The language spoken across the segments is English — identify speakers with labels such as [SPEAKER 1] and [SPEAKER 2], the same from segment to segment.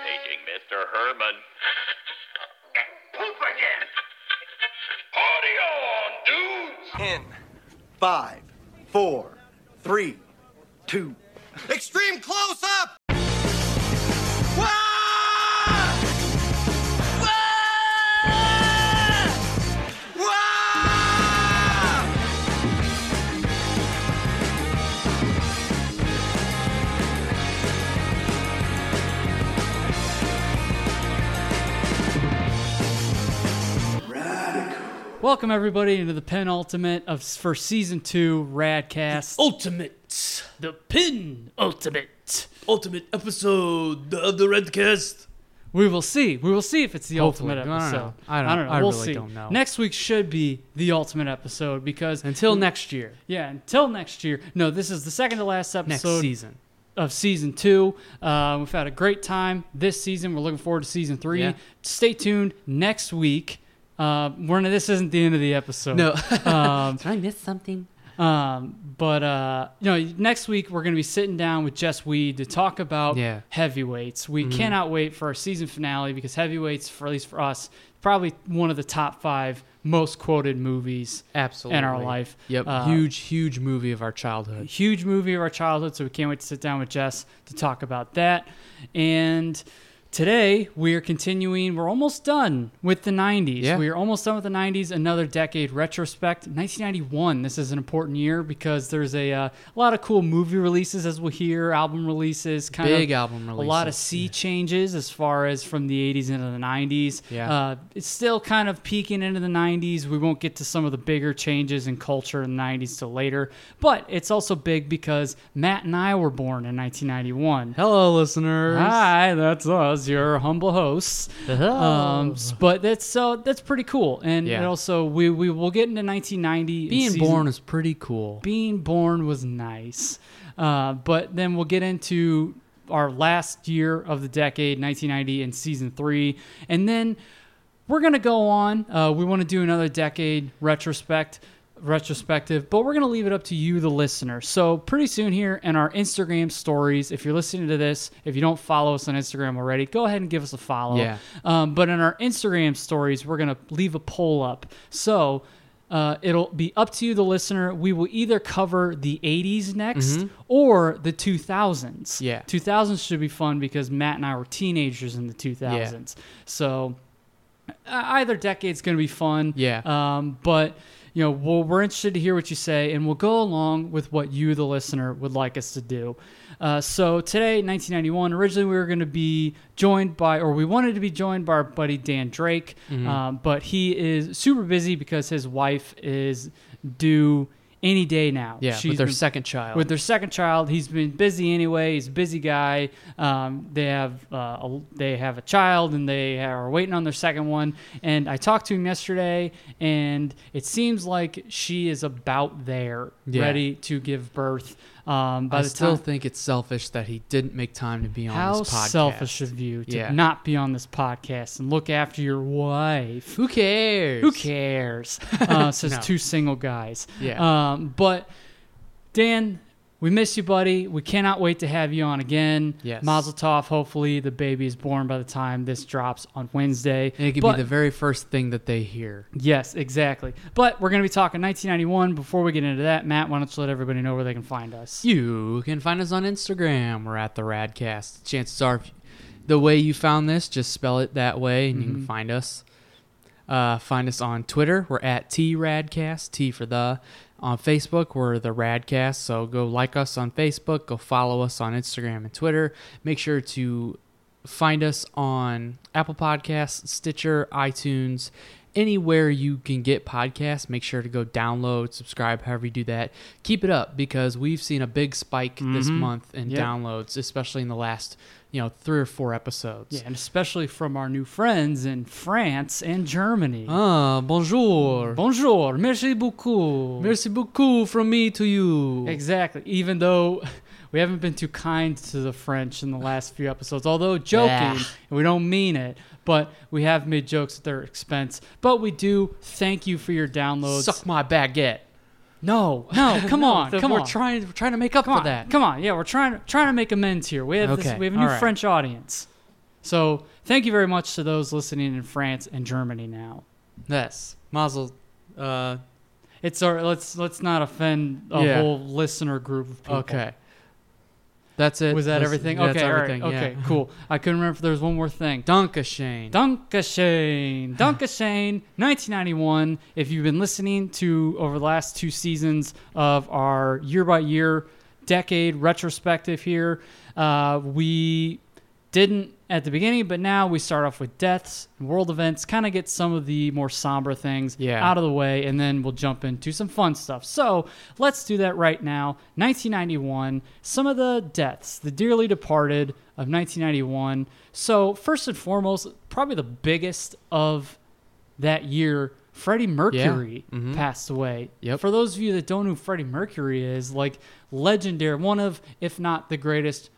[SPEAKER 1] Mr. Herman.
[SPEAKER 2] Poop again. Party on, dudes.
[SPEAKER 3] Ten, five, four, three, two. Extreme close up!
[SPEAKER 4] Welcome everybody into the penultimate of for season two Radcast.
[SPEAKER 5] Ultimate.
[SPEAKER 4] The pin ultimate.
[SPEAKER 5] Ultimate episode of the Redcast.
[SPEAKER 4] We will see. We will see if it's the
[SPEAKER 5] Hopefully.
[SPEAKER 4] ultimate
[SPEAKER 5] I don't know.
[SPEAKER 4] episode.
[SPEAKER 5] I don't- I
[SPEAKER 4] we'll
[SPEAKER 5] really
[SPEAKER 4] see.
[SPEAKER 5] don't know.
[SPEAKER 4] Next week should be the ultimate episode because
[SPEAKER 5] Until next year.
[SPEAKER 4] yeah, until next year. No, this is the second to last
[SPEAKER 5] Next
[SPEAKER 4] episode
[SPEAKER 5] season.
[SPEAKER 4] of season two. Uh, we've had a great time this season. We're looking forward to season three.
[SPEAKER 5] Yeah.
[SPEAKER 4] Stay tuned next week. Uh, we're, this isn't the end of the episode.
[SPEAKER 5] No.
[SPEAKER 6] Did I miss something?
[SPEAKER 4] Um, but uh, you know, next week we're going to be sitting down with Jess Weed to talk about
[SPEAKER 5] Yeah. Mm-hmm.
[SPEAKER 4] heavyweights. We cannot wait for our season finale because heavyweights, for at least for us, probably one of the top five most quoted movies
[SPEAKER 5] Absolutely.
[SPEAKER 4] in our life.
[SPEAKER 5] Yep.
[SPEAKER 4] Uh,
[SPEAKER 5] huge, huge movie of our childhood.
[SPEAKER 4] huge movie of our childhood. So we can't wait to sit down with Jess to talk about that. And today we are continuing. We're almost done with the 90s.
[SPEAKER 5] Yeah.
[SPEAKER 4] We are almost done with the 90s. Another decade retrospect. 1991. This is an important year because there's a, uh, a lot of cool movie releases as we'll hear, album releases, kind
[SPEAKER 5] Big
[SPEAKER 4] of
[SPEAKER 5] album
[SPEAKER 4] a lot of
[SPEAKER 5] releases.
[SPEAKER 4] sea changes as far as from the 80s into the 90s.
[SPEAKER 5] Yeah.
[SPEAKER 4] Uh, it's still kind of peaking into the 90s. We won't get to some of the bigger changes in culture in the 90s till later, but it's also big because Matt and I were born in 1991.
[SPEAKER 5] Hello, listeners.
[SPEAKER 4] Hi, that's us, your humble hosts. Um, s- but that's so that's pretty cool, and
[SPEAKER 5] Uh-huh. Yeah.
[SPEAKER 4] it also we we will get into 1990. in
[SPEAKER 5] Being
[SPEAKER 4] season-
[SPEAKER 5] born is pretty cool.
[SPEAKER 4] being born was nice. Uh, but then we'll get into our last year of the decade, 1990, in season three. And then we're going to go on. Uh, we want to do another decade retrospect. Retrospective, but we're going to leave it up to you, the listener. So, pretty soon here in our Instagram stories, if you're listening to this, if you don't follow us on Instagram already, go ahead and give us a follow.
[SPEAKER 5] Yeah.
[SPEAKER 4] Um, but in our Instagram stories, we're going to leave a poll up. So uh, it'll be up to you, the listener. We will either cover the 80s next or the 2000s.
[SPEAKER 5] Yeah.
[SPEAKER 4] 2000s should be fun because Matt and I were teenagers in the 2000s. So uh, either decade's going to be fun.
[SPEAKER 5] Yeah.
[SPEAKER 4] Um, but you know, we'll, we're interested to hear what you say, and we'll go along with what you, the listener, would like us to do. Uh, so today, 1991. Originally, we were going to be joined by, or we wanted to be joined by our buddy Dan Drake,
[SPEAKER 5] Mm-hmm.
[SPEAKER 4] um, but he is super busy because his wife is due any day now.
[SPEAKER 5] Yeah, with their
[SPEAKER 4] been-
[SPEAKER 5] second child.
[SPEAKER 4] with their second child. He's been busy anyway. He's a busy guy. Um, they have uh, a, they have a child and they are waiting on their second one. And I talked to him yesterday, and it seems like she is about there,
[SPEAKER 5] Yeah.
[SPEAKER 4] ready to give birth. Um, by
[SPEAKER 5] I
[SPEAKER 4] the
[SPEAKER 5] still
[SPEAKER 4] time,
[SPEAKER 5] think it's selfish that he didn't make time to be on
[SPEAKER 4] how
[SPEAKER 5] this podcast.
[SPEAKER 4] selfish of you to
[SPEAKER 5] Yeah.
[SPEAKER 4] not be on this podcast and look after your wife.
[SPEAKER 5] Who cares?
[SPEAKER 4] Who cares? Uh, says two single guys.
[SPEAKER 5] Yeah.
[SPEAKER 4] Um, but Dan, we miss you, buddy. We cannot wait to have you on again.
[SPEAKER 5] Yes.
[SPEAKER 4] Mazel tov. Hopefully, the baby is born by the time this drops on Wednesday.
[SPEAKER 5] And it could
[SPEAKER 4] But-
[SPEAKER 5] be the very first thing that they hear.
[SPEAKER 4] yes, exactly. But we're going to be talking 1991. Before we get into that, Matt, why don't you let everybody know where they can find us?
[SPEAKER 5] You can find us on Instagram. We're at the Radcast. Chances are, if- the way you found this, just spell it that way, and you can find us. Uh, find us on Twitter. We're at T Radcast. T for the. On Facebook, we're the Radcast. So go like us on Facebook. Go follow us on Instagram and Twitter. Make sure to find us on Apple Podcasts, Stitcher, iTunes, anywhere you can get podcasts. Make sure to go download, subscribe, however you do that. Keep it up because we've seen a big spike this month in
[SPEAKER 4] Mm-hmm. Yep.
[SPEAKER 5] downloads, especially in the last, you know, three or four episodes.
[SPEAKER 4] Yeah, and especially from our new friends in France and Germany.
[SPEAKER 5] Ah, bonjour.
[SPEAKER 4] Bonjour, merci beaucoup.
[SPEAKER 5] Merci beaucoup from me to you.
[SPEAKER 4] Exactly. Even though we haven't been too kind to the French in the last few episodes, although joking,
[SPEAKER 5] Yeah.
[SPEAKER 4] and we don't mean it, but we have made jokes at their expense. But we do thank you for your downloads.
[SPEAKER 5] Suck my baguette.
[SPEAKER 4] No, no, come on,
[SPEAKER 5] Th-
[SPEAKER 4] come
[SPEAKER 5] we're
[SPEAKER 4] on.
[SPEAKER 5] trying we're trying to make up
[SPEAKER 4] come
[SPEAKER 5] for
[SPEAKER 4] on,
[SPEAKER 5] that.
[SPEAKER 4] Come on, yeah, we're trying trying to make amends here. We have this,
[SPEAKER 5] Okay,
[SPEAKER 4] we have a new
[SPEAKER 5] all right.
[SPEAKER 4] French audience. So thank you very much to those listening in France and Germany now.
[SPEAKER 5] Yes. Mazel. Uh,
[SPEAKER 4] It's our let's let's not offend a
[SPEAKER 5] Yeah.
[SPEAKER 4] whole listener group of people.
[SPEAKER 5] okay. That's it.
[SPEAKER 4] Was that
[SPEAKER 5] That's-
[SPEAKER 4] everything?
[SPEAKER 5] That's
[SPEAKER 4] okay, all right,
[SPEAKER 5] everything.
[SPEAKER 4] okay,
[SPEAKER 5] yeah.
[SPEAKER 4] cool. I couldn't remember if there was one more thing.
[SPEAKER 5] Dunkashane.
[SPEAKER 4] Dunkashane. Dunkashane, 1991. If you've been listening to over the last two seasons of our year by year decade retrospective here, uh, we didn't at the beginning, but now we start off with deaths and world events, kind of get some of the more somber things
[SPEAKER 5] Yeah.
[SPEAKER 4] out of the way, and then we'll jump into some fun stuff. So let's do that right now. 1991, some of the deaths, the dearly departed of 1991. So, first and foremost, probably the biggest of that year, Freddie Mercury passed away.
[SPEAKER 5] Mm-hmm. Yep.
[SPEAKER 4] For those of you that don't know who Freddie Mercury is, like legendary, one of, if not the greatest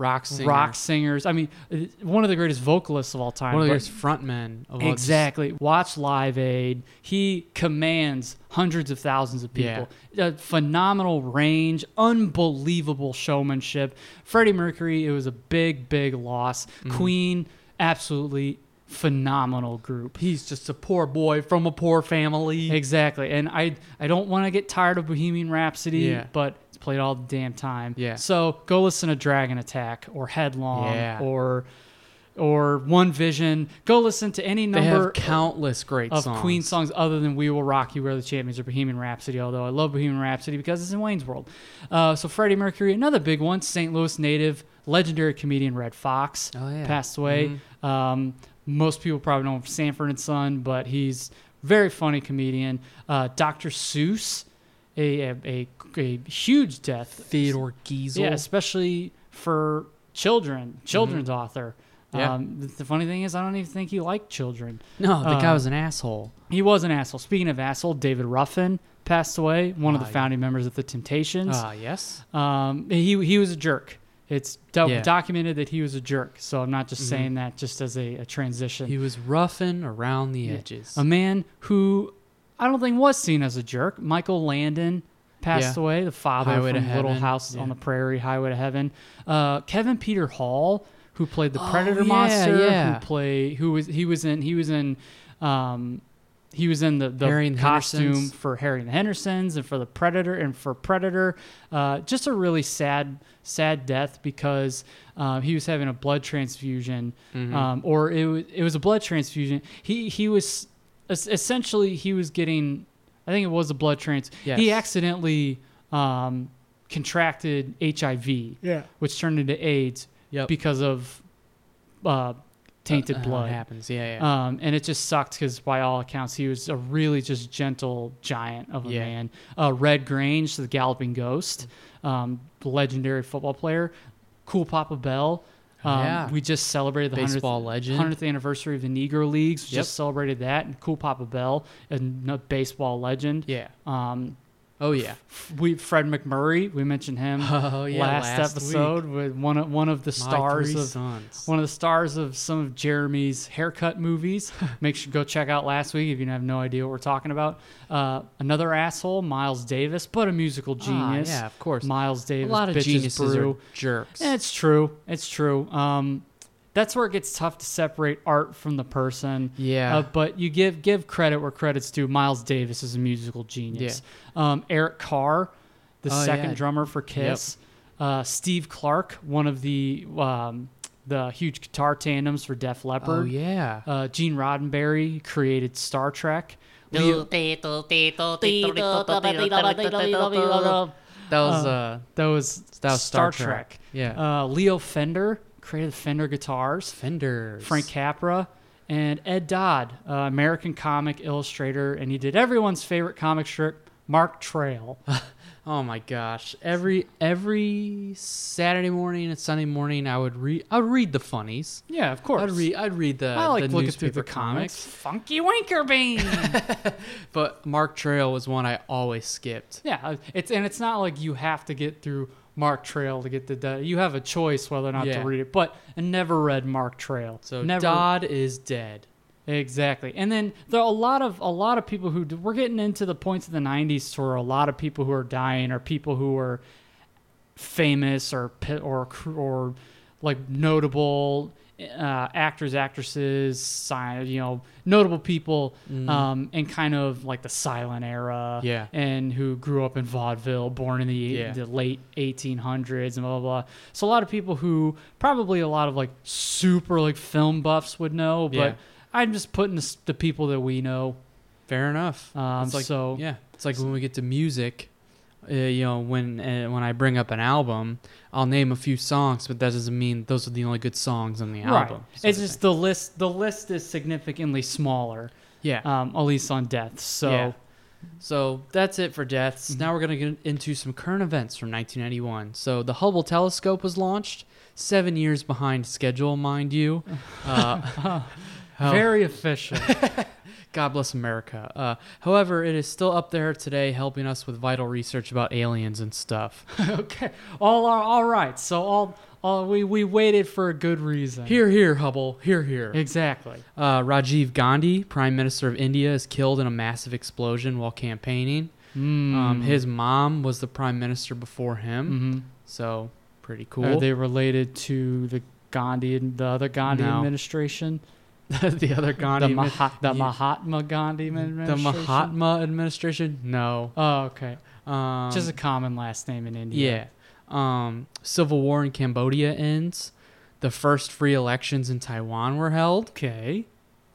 [SPEAKER 5] rock singer.
[SPEAKER 4] rock singers. I mean, uh, one of the greatest vocalists of all time.
[SPEAKER 5] One of
[SPEAKER 4] but-
[SPEAKER 5] the greatest frontmen of all just-
[SPEAKER 4] Exactly. Watch Live Aid. He commands hundreds of thousands of people. A phenomenal range, unbelievable showmanship. Freddie Mercury, it was a big, big loss.
[SPEAKER 5] Mm-hmm.
[SPEAKER 4] Queen, absolutely phenomenal group.
[SPEAKER 5] He's just a poor boy from a poor family.
[SPEAKER 4] Exactly. And I I don't want to get tired of Bohemian Rhapsody,
[SPEAKER 5] Yeah.
[SPEAKER 4] but it's played all the damn time.
[SPEAKER 5] Yeah.
[SPEAKER 4] So go listen to Dragon Attack or Headlong
[SPEAKER 5] Yeah.
[SPEAKER 4] or or One Vision. Go listen to any
[SPEAKER 5] They
[SPEAKER 4] number
[SPEAKER 5] have countless great
[SPEAKER 4] of
[SPEAKER 5] songs.
[SPEAKER 4] Queen songs other than "We Will Rock You," "We Are the Champions," or "Bohemian Rhapsody." Although I love Bohemian Rhapsody because it's in Wayne's World. Uh, so Freddie Mercury, another big one, St. Louis native, legendary comedian Red Fox,
[SPEAKER 5] Oh, yeah. Mm-hmm.
[SPEAKER 4] passed away. Um, most people probably know him from Sanford and Son, but he's very funny comedian. Uh, Dr. Seuss, a, a a a huge death.
[SPEAKER 5] Theodore Geisel.
[SPEAKER 4] Yeah, especially for children, children's author.
[SPEAKER 5] Mm-hmm. Yeah.
[SPEAKER 4] Um, the funny thing is, I don't even think he liked children.
[SPEAKER 5] No, the guy
[SPEAKER 4] Um,
[SPEAKER 5] was an asshole.
[SPEAKER 4] He was an asshole. Speaking of asshole, David Ruffin passed away, one of
[SPEAKER 5] Ah,
[SPEAKER 4] the
[SPEAKER 5] yeah.
[SPEAKER 4] founding members of the Temptations.
[SPEAKER 5] Ah, yes.
[SPEAKER 4] um, he he was a jerk. It's do-
[SPEAKER 5] Yeah. Mm-hmm.
[SPEAKER 4] documented that he was a jerk. So I'm not just saying that just as a, Um, a transition.
[SPEAKER 5] He was roughing around the edges.
[SPEAKER 4] a man who I don't think was seen as a jerk. Michael Landon passed
[SPEAKER 5] Yeah.
[SPEAKER 4] away, the father
[SPEAKER 5] Highway to
[SPEAKER 4] from Little
[SPEAKER 5] Heaven,
[SPEAKER 4] House
[SPEAKER 5] yeah.
[SPEAKER 4] on the Prairie, Highway to Heaven. Uh, Kevin Peter Hall, who played the
[SPEAKER 5] Oh,
[SPEAKER 4] Predator
[SPEAKER 5] yeah,
[SPEAKER 4] monster,
[SPEAKER 5] yeah.
[SPEAKER 4] who play who was he was in he was in um, he was in the, the
[SPEAKER 5] Harry and the
[SPEAKER 4] costume
[SPEAKER 5] Hendersons.
[SPEAKER 4] for Harry and the Hendersons and for the Predator and for Predator. Uh, just a really sad, sad death because uh, he was having a blood transfusion,
[SPEAKER 5] Mm-hmm.
[SPEAKER 4] um, or it was, it was a blood transfusion. He he was es- essentially he was getting, I think it was a blood trans. He
[SPEAKER 5] Yes.
[SPEAKER 4] accidentally um, contracted HIV,
[SPEAKER 5] Yeah.
[SPEAKER 4] which turned into AIDS
[SPEAKER 5] Yep.
[SPEAKER 4] because of uh, tainted
[SPEAKER 5] Uh,
[SPEAKER 4] blood.
[SPEAKER 5] happens. Yeah, yeah.
[SPEAKER 4] Um, and it just sucked because, by all accounts, he was a really just gentle giant of a
[SPEAKER 5] Yeah.
[SPEAKER 4] man. Uh, Red Grange, the Galloping Ghost, um, legendary football player. Cool Papa Bell. Um,
[SPEAKER 5] Yeah.
[SPEAKER 4] We just celebrated the
[SPEAKER 5] Baseball
[SPEAKER 4] 100th,
[SPEAKER 5] legend.
[SPEAKER 4] 100th anniversary of the Negro Leagues.
[SPEAKER 5] Yep.
[SPEAKER 4] Just celebrated that. And Cool Papa Bell, and a baseball legend.
[SPEAKER 5] yeah.
[SPEAKER 4] Um,
[SPEAKER 5] Oh yeah.
[SPEAKER 4] we Fred McMurray. We mentioned him
[SPEAKER 5] Oh, yeah,
[SPEAKER 4] last,
[SPEAKER 5] last
[SPEAKER 4] episode with one of, one of the stars
[SPEAKER 5] three
[SPEAKER 4] of
[SPEAKER 5] sons.
[SPEAKER 4] one of the stars of some of Jeremy's haircut movies. Make sure go check out last week if you have no idea what we're talking about. Uh, another asshole, Miles Davis, but a musical genius.
[SPEAKER 5] Ah, yeah, of course.
[SPEAKER 4] Miles Davis.
[SPEAKER 5] A lot of
[SPEAKER 4] bitches
[SPEAKER 5] geniuses
[SPEAKER 4] brew.
[SPEAKER 5] are jerks.
[SPEAKER 4] Yeah, Eh, It's true. It's true. Um, that's where it gets tough to separate art from the person.
[SPEAKER 5] Yeah.
[SPEAKER 4] Uh, but you give give credit where credit's due. Miles Davis is a musical genius. Um, Eric Carr, the
[SPEAKER 5] Oh,
[SPEAKER 4] second
[SPEAKER 5] yeah.
[SPEAKER 4] drummer for Kiss. Uh, Steve Clark, one of the um, the huge guitar tandems for Def
[SPEAKER 5] oh
[SPEAKER 4] Leppard.
[SPEAKER 5] yeah.
[SPEAKER 4] Uh, Gene Roddenberry created Star Trek. Leo-
[SPEAKER 6] Leo
[SPEAKER 5] that was uh
[SPEAKER 4] that was,
[SPEAKER 5] That was
[SPEAKER 4] Star,
[SPEAKER 5] Star
[SPEAKER 4] Trek.
[SPEAKER 5] Trek. Yeah.
[SPEAKER 4] Uh, Leo Fender created Fender guitars.
[SPEAKER 5] Fender.
[SPEAKER 4] Frank Capra, and Ed Dodd, uh, American comic illustrator, and he did everyone's favorite comic strip, Mark Trail.
[SPEAKER 5] Oh my gosh. Every every Saturday morning and Sunday morning I would read I would read the funnies.
[SPEAKER 4] yeah, of course.
[SPEAKER 5] I'd read I'd read the
[SPEAKER 4] I
[SPEAKER 5] Uh, the
[SPEAKER 4] like looking through the
[SPEAKER 5] newspaper
[SPEAKER 4] comics. Funky Winker Bean.
[SPEAKER 5] But Mark Trail was one I always skipped.
[SPEAKER 4] yeah, uh, it's and it's not like you have to get through Mark Trail to get the. Dodd. You have a choice whether or not
[SPEAKER 5] Yeah.
[SPEAKER 4] to read it, but I never read Mark Trail.
[SPEAKER 5] So
[SPEAKER 4] never
[SPEAKER 5] Dodd is dead.
[SPEAKER 4] Exactly, and then there are a lot of a lot of people who we're getting into the points of the '90s where a lot of people who are dying are people who are famous or pi- or cr- or like notable uh, actors, actresses, si- you know, notable people, um, and kind of like the silent era,
[SPEAKER 5] Mm-hmm. Yeah.
[SPEAKER 4] and who grew up in vaudeville, born in the, e,
[SPEAKER 5] Yeah.
[SPEAKER 4] the late 1800s, and blah, blah blah. So a lot of people who probably a lot of like super like film buffs would know, but
[SPEAKER 5] Yeah.
[SPEAKER 4] I'm just putting the, s- the people that we know.
[SPEAKER 5] Fair enough.
[SPEAKER 4] Um,
[SPEAKER 5] It's like,
[SPEAKER 4] so-
[SPEAKER 5] yeah, it's like when we get to music. Uh, you know, when uh, when I bring up an album, I'll name a few songs, but that doesn't mean those are the only good songs on the album.
[SPEAKER 4] Right.
[SPEAKER 5] sort
[SPEAKER 4] It's
[SPEAKER 5] of
[SPEAKER 4] just
[SPEAKER 5] thing.
[SPEAKER 4] the list. The list is significantly smaller,
[SPEAKER 5] yeah.
[SPEAKER 4] um, at least on deaths. So
[SPEAKER 5] Yeah. So that's it for deaths.
[SPEAKER 4] Mm-hmm.
[SPEAKER 5] Now we're going to get into some current events from 1991. So the Hubble telescope was launched, seven years behind schedule, mind you. Oh.
[SPEAKER 4] very efficient.
[SPEAKER 5] God bless America. Uh, however, it is still up there today, helping us with vital research about aliens and stuff.
[SPEAKER 4] okay. All are all right. So all all we we waited for a good reason.
[SPEAKER 5] here, here, Hubble. Here, here.
[SPEAKER 4] Exactly.
[SPEAKER 5] Uh, Rajiv Gandhi, Prime Minister of India, is killed in a massive explosion while campaigning.
[SPEAKER 4] Mm.
[SPEAKER 5] Um, his mom was the Prime Minister before him, so pretty cool.
[SPEAKER 4] Mm-hmm. Are they related to the Gandhi and the other Gandhi
[SPEAKER 5] No.
[SPEAKER 4] administration?
[SPEAKER 5] the other Gandhi,
[SPEAKER 4] the Maha- the
[SPEAKER 5] you-
[SPEAKER 4] Mahatma Gandhi
[SPEAKER 5] the
[SPEAKER 4] administration.
[SPEAKER 5] Mahatma administration? No.
[SPEAKER 4] Oh, okay.
[SPEAKER 5] Um,
[SPEAKER 4] Just a common last name in India.
[SPEAKER 5] yeah. Um, civil war in Cambodia ends. The first free elections in Taiwan were held.
[SPEAKER 4] Okay.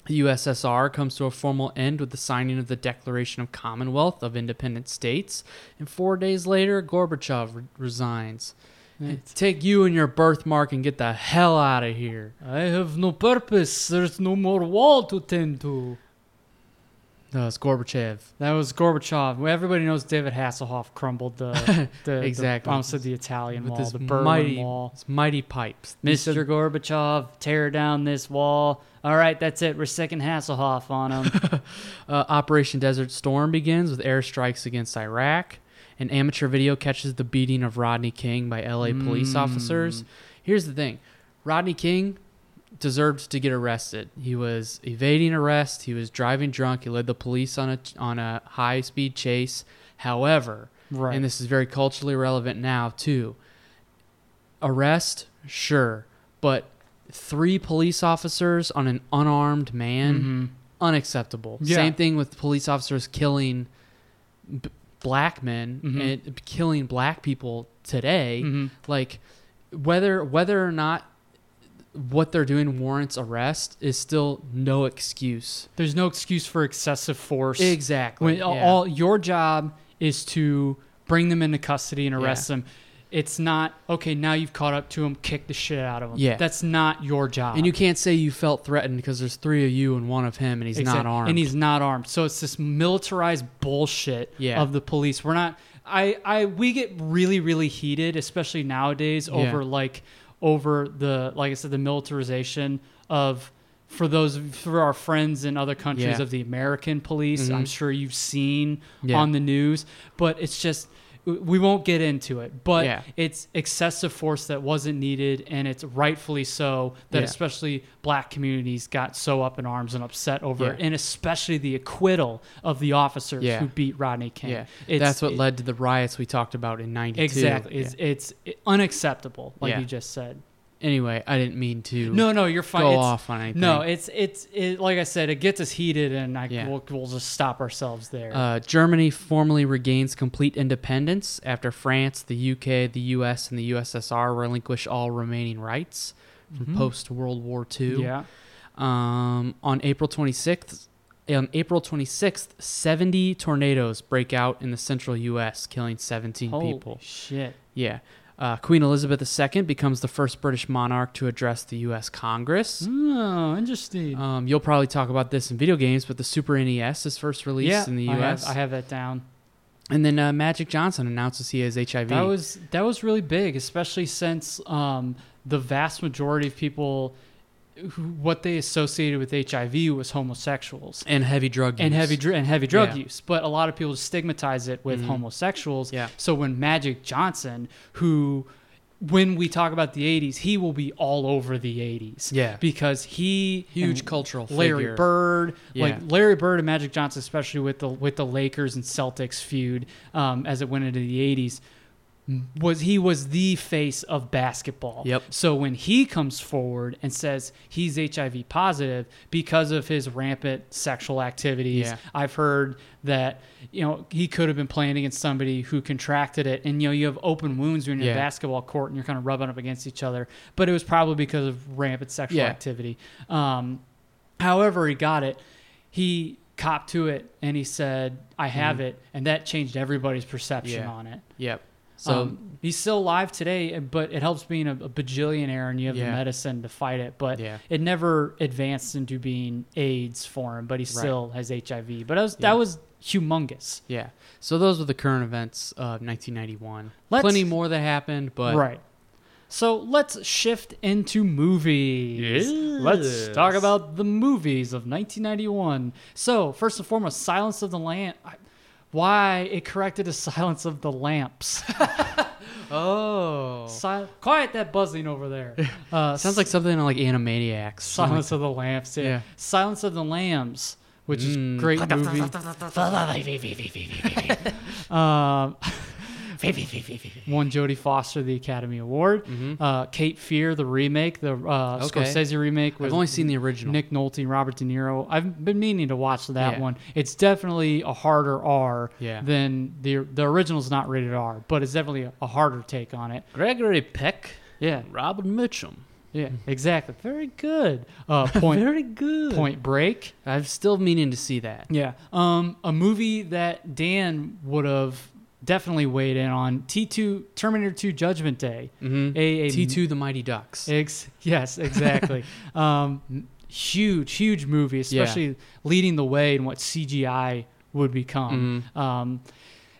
[SPEAKER 5] The USSR comes to a formal end with the signing of the Declaration of Commonwealth of Independent States, and four days later, Gorbachev re- resigns. Take you and your birthmark and get the hell out of here.
[SPEAKER 4] I have no purpose. There's no more wall to tend to.
[SPEAKER 5] No, it's Gorbachev.
[SPEAKER 4] That was Gorbachev. Well, Everybody knows David Hasselhoff crumbled the, the
[SPEAKER 5] Exactly.
[SPEAKER 4] The, almost the Italian
[SPEAKER 5] With
[SPEAKER 4] wall,
[SPEAKER 5] his
[SPEAKER 4] the Berlin
[SPEAKER 5] mighty,
[SPEAKER 4] wall.
[SPEAKER 5] his mighty pipes.
[SPEAKER 4] Mr. Gorbachev, tear down this wall. All right, that's it. We're second Hasselhoff on him.
[SPEAKER 5] Uh, Operation Desert Storm begins with airstrikes against Iraq. An amateur video catches the beating of Rodney King by LA police officers. Here's the thing Rodney King deserved to get arrested. He was evading arrest, he was driving drunk, he led the police on a, on a high speed chase. However,
[SPEAKER 4] Right.
[SPEAKER 5] and this is very culturally relevant now too, arrest, sure, but three police officers on an unarmed man, unacceptable.
[SPEAKER 4] Mm-hmm. Yeah.
[SPEAKER 5] Same thing with police officers killing b- black men
[SPEAKER 4] Mm-hmm.
[SPEAKER 5] and killing black people today. Like whether whether or not what they're doing warrants arrest is still no excuse.
[SPEAKER 4] There's no excuse for excessive force.
[SPEAKER 5] Exactly.
[SPEAKER 4] When
[SPEAKER 5] yeah.
[SPEAKER 4] all your job is to bring them into custody and arrest
[SPEAKER 5] Yeah.
[SPEAKER 4] them. It's not okay. Now you've caught up to them. Kick the shit out of them.
[SPEAKER 5] Yeah.
[SPEAKER 4] that's not your job.
[SPEAKER 5] and you can't say you felt threatened because there's three of you and one of him, and he's
[SPEAKER 4] Exact-
[SPEAKER 5] not armed.
[SPEAKER 4] And he's not armed. So it's this militarized bullshit
[SPEAKER 5] Yeah.
[SPEAKER 4] of the police. We're not I I we get really really heated especially nowadays over like over the like I said the militarization of for those for our friends in other countries
[SPEAKER 5] Yeah. Mm-hmm.
[SPEAKER 4] of the American police. I'm sure you've seen
[SPEAKER 5] Yeah.
[SPEAKER 4] on the news, but it's just we won't get into it, but
[SPEAKER 5] Yeah.
[SPEAKER 4] it's excessive force that wasn't needed, and it's rightfully so that
[SPEAKER 5] Yeah.
[SPEAKER 4] especially black communities got so up in arms and upset over, it,
[SPEAKER 5] Yeah.
[SPEAKER 4] and especially the acquittal of the officers
[SPEAKER 5] Yeah.
[SPEAKER 4] who beat Rodney King.
[SPEAKER 5] yeah,
[SPEAKER 4] It's-
[SPEAKER 5] that's what
[SPEAKER 4] it-
[SPEAKER 5] led to the riots we talked about in '92.
[SPEAKER 4] exactly. It's,
[SPEAKER 5] Yeah.
[SPEAKER 4] it's unacceptable, like
[SPEAKER 5] Yeah.
[SPEAKER 4] you just said.
[SPEAKER 5] Anyway, I didn't mean to.
[SPEAKER 4] No, no, you're fine.
[SPEAKER 5] go
[SPEAKER 4] It's-
[SPEAKER 5] off on anything.
[SPEAKER 4] No, it's it's it, like I said, it gets us heated, and I,
[SPEAKER 5] Yeah.
[SPEAKER 4] we'll, we'll just stop ourselves there.
[SPEAKER 5] Uh, Germany formally regains complete independence after France, the UK, the US, and the USSR relinquish all remaining rights from post World War II.
[SPEAKER 4] yeah,
[SPEAKER 5] Um, on April 26th, on April 26th, 70 tornadoes break out in the central US, killing 17
[SPEAKER 4] holy
[SPEAKER 5] people.
[SPEAKER 4] shit.
[SPEAKER 5] Yeah. Uh, Queen Elizabeth II becomes the first British monarch to address the US Congress.
[SPEAKER 4] Oh, interesting.
[SPEAKER 5] Um, you'll probably talk about this in video games, but the Super NES is first released
[SPEAKER 4] yeah,
[SPEAKER 5] in the
[SPEAKER 4] I have,
[SPEAKER 5] US.
[SPEAKER 4] I have that down.
[SPEAKER 5] And then uh, Magic Johnson announces he has HIV.
[SPEAKER 4] That was that was really big, especially since um, the vast majority of people, who, what they associated with HIV was homosexuals
[SPEAKER 5] and heavy drug use.
[SPEAKER 4] and heavy dr- and heavy drug
[SPEAKER 5] Yeah. Mm-hmm.
[SPEAKER 4] use. But a lot of people stigmatize it with homosexuals.
[SPEAKER 5] Yeah.
[SPEAKER 4] So when Magic Johnson, who when we talk about the 80s, he will be all over the 80s.
[SPEAKER 5] Yeah.
[SPEAKER 4] Because he
[SPEAKER 5] Huge
[SPEAKER 4] and
[SPEAKER 5] cultural
[SPEAKER 4] Larry
[SPEAKER 5] figure.
[SPEAKER 4] Bird, like
[SPEAKER 5] Yeah.
[SPEAKER 4] Larry Bird and Magic Johnson, especially with the with the Lakers and Celtics feud um, as it went into the 80s, was he was the face of basketball.
[SPEAKER 5] Yep.
[SPEAKER 4] So when he comes forward and says he's HIV positive because of his rampant sexual activities,
[SPEAKER 5] Yeah.
[SPEAKER 4] I've heard that you know he could have been playing against somebody who contracted it, and you know you have open wounds when you're in
[SPEAKER 5] Yeah.
[SPEAKER 4] a basketball court and you're kind of rubbing up against each other. But it was probably because of rampant sexual
[SPEAKER 5] Yeah.
[SPEAKER 4] activity. Um, however he got it, he copped to it and he said, "I have it," and that changed everybody's perception
[SPEAKER 5] Mm-hmm. Yeah.
[SPEAKER 4] on it.
[SPEAKER 5] Yep.
[SPEAKER 4] So
[SPEAKER 5] So
[SPEAKER 4] Um, he's still alive today, eh, but it helps being a, a bajillionaire and you have the
[SPEAKER 5] Yeah.
[SPEAKER 4] medicine to fight it. But
[SPEAKER 5] Yeah.
[SPEAKER 4] it never advanced into being AIDS for him, but he
[SPEAKER 5] Right.
[SPEAKER 4] still has HIV. But that was, that
[SPEAKER 5] Yeah.
[SPEAKER 4] was humongous.
[SPEAKER 5] yeah. So those were the current events of 1991.
[SPEAKER 4] Let's-
[SPEAKER 5] Plenty more that happened, but
[SPEAKER 4] right. So let's shift into movies. Let's talk
[SPEAKER 5] Yes.
[SPEAKER 4] about the movies of 1991. So, first and foremost, Silence of the Lamp. Why it corrected a Silence of the Lamps.
[SPEAKER 5] oh,
[SPEAKER 4] Sil- Quiet that buzzing over there. Uh,
[SPEAKER 5] sounds like something like Animaniacs. something
[SPEAKER 4] Silence of the Lamps. Yeah.
[SPEAKER 5] Yeah. Mm.
[SPEAKER 4] Silence of the Lambs, which is great movie. um, won Jodie Foster the Academy Award. Uh, Cape Fear, the remake, the uh,
[SPEAKER 5] Mm-hmm. Okay.
[SPEAKER 4] Scorsese remake.
[SPEAKER 5] I've
[SPEAKER 4] with
[SPEAKER 5] only seen the original.
[SPEAKER 4] Nick Nolte and Robert De Niro. I've been meaning to watch that
[SPEAKER 5] Yeah.
[SPEAKER 4] one. It's definitely a harder R
[SPEAKER 5] Yeah.
[SPEAKER 4] than the the original's not rated R, but it's definitely a, a harder take on it.
[SPEAKER 5] Gregory Peck,
[SPEAKER 4] Yeah,
[SPEAKER 5] Robin Mitchum.
[SPEAKER 4] yeah, exactly. Very good. Uh, point.
[SPEAKER 5] Very good.
[SPEAKER 4] Point Break.
[SPEAKER 5] I'm still meaning to see that.
[SPEAKER 4] Yeah. Um, a movie that Dan would have definitely weighed in on T2 Terminator 2 Judgment Day. Mm-hmm. A, a
[SPEAKER 5] T2 The Mighty Ducks.
[SPEAKER 4] Ex- yes, exactly. um, huge, huge movie, especially leading the way in what CGI would become.
[SPEAKER 5] Mm-hmm.
[SPEAKER 4] Um,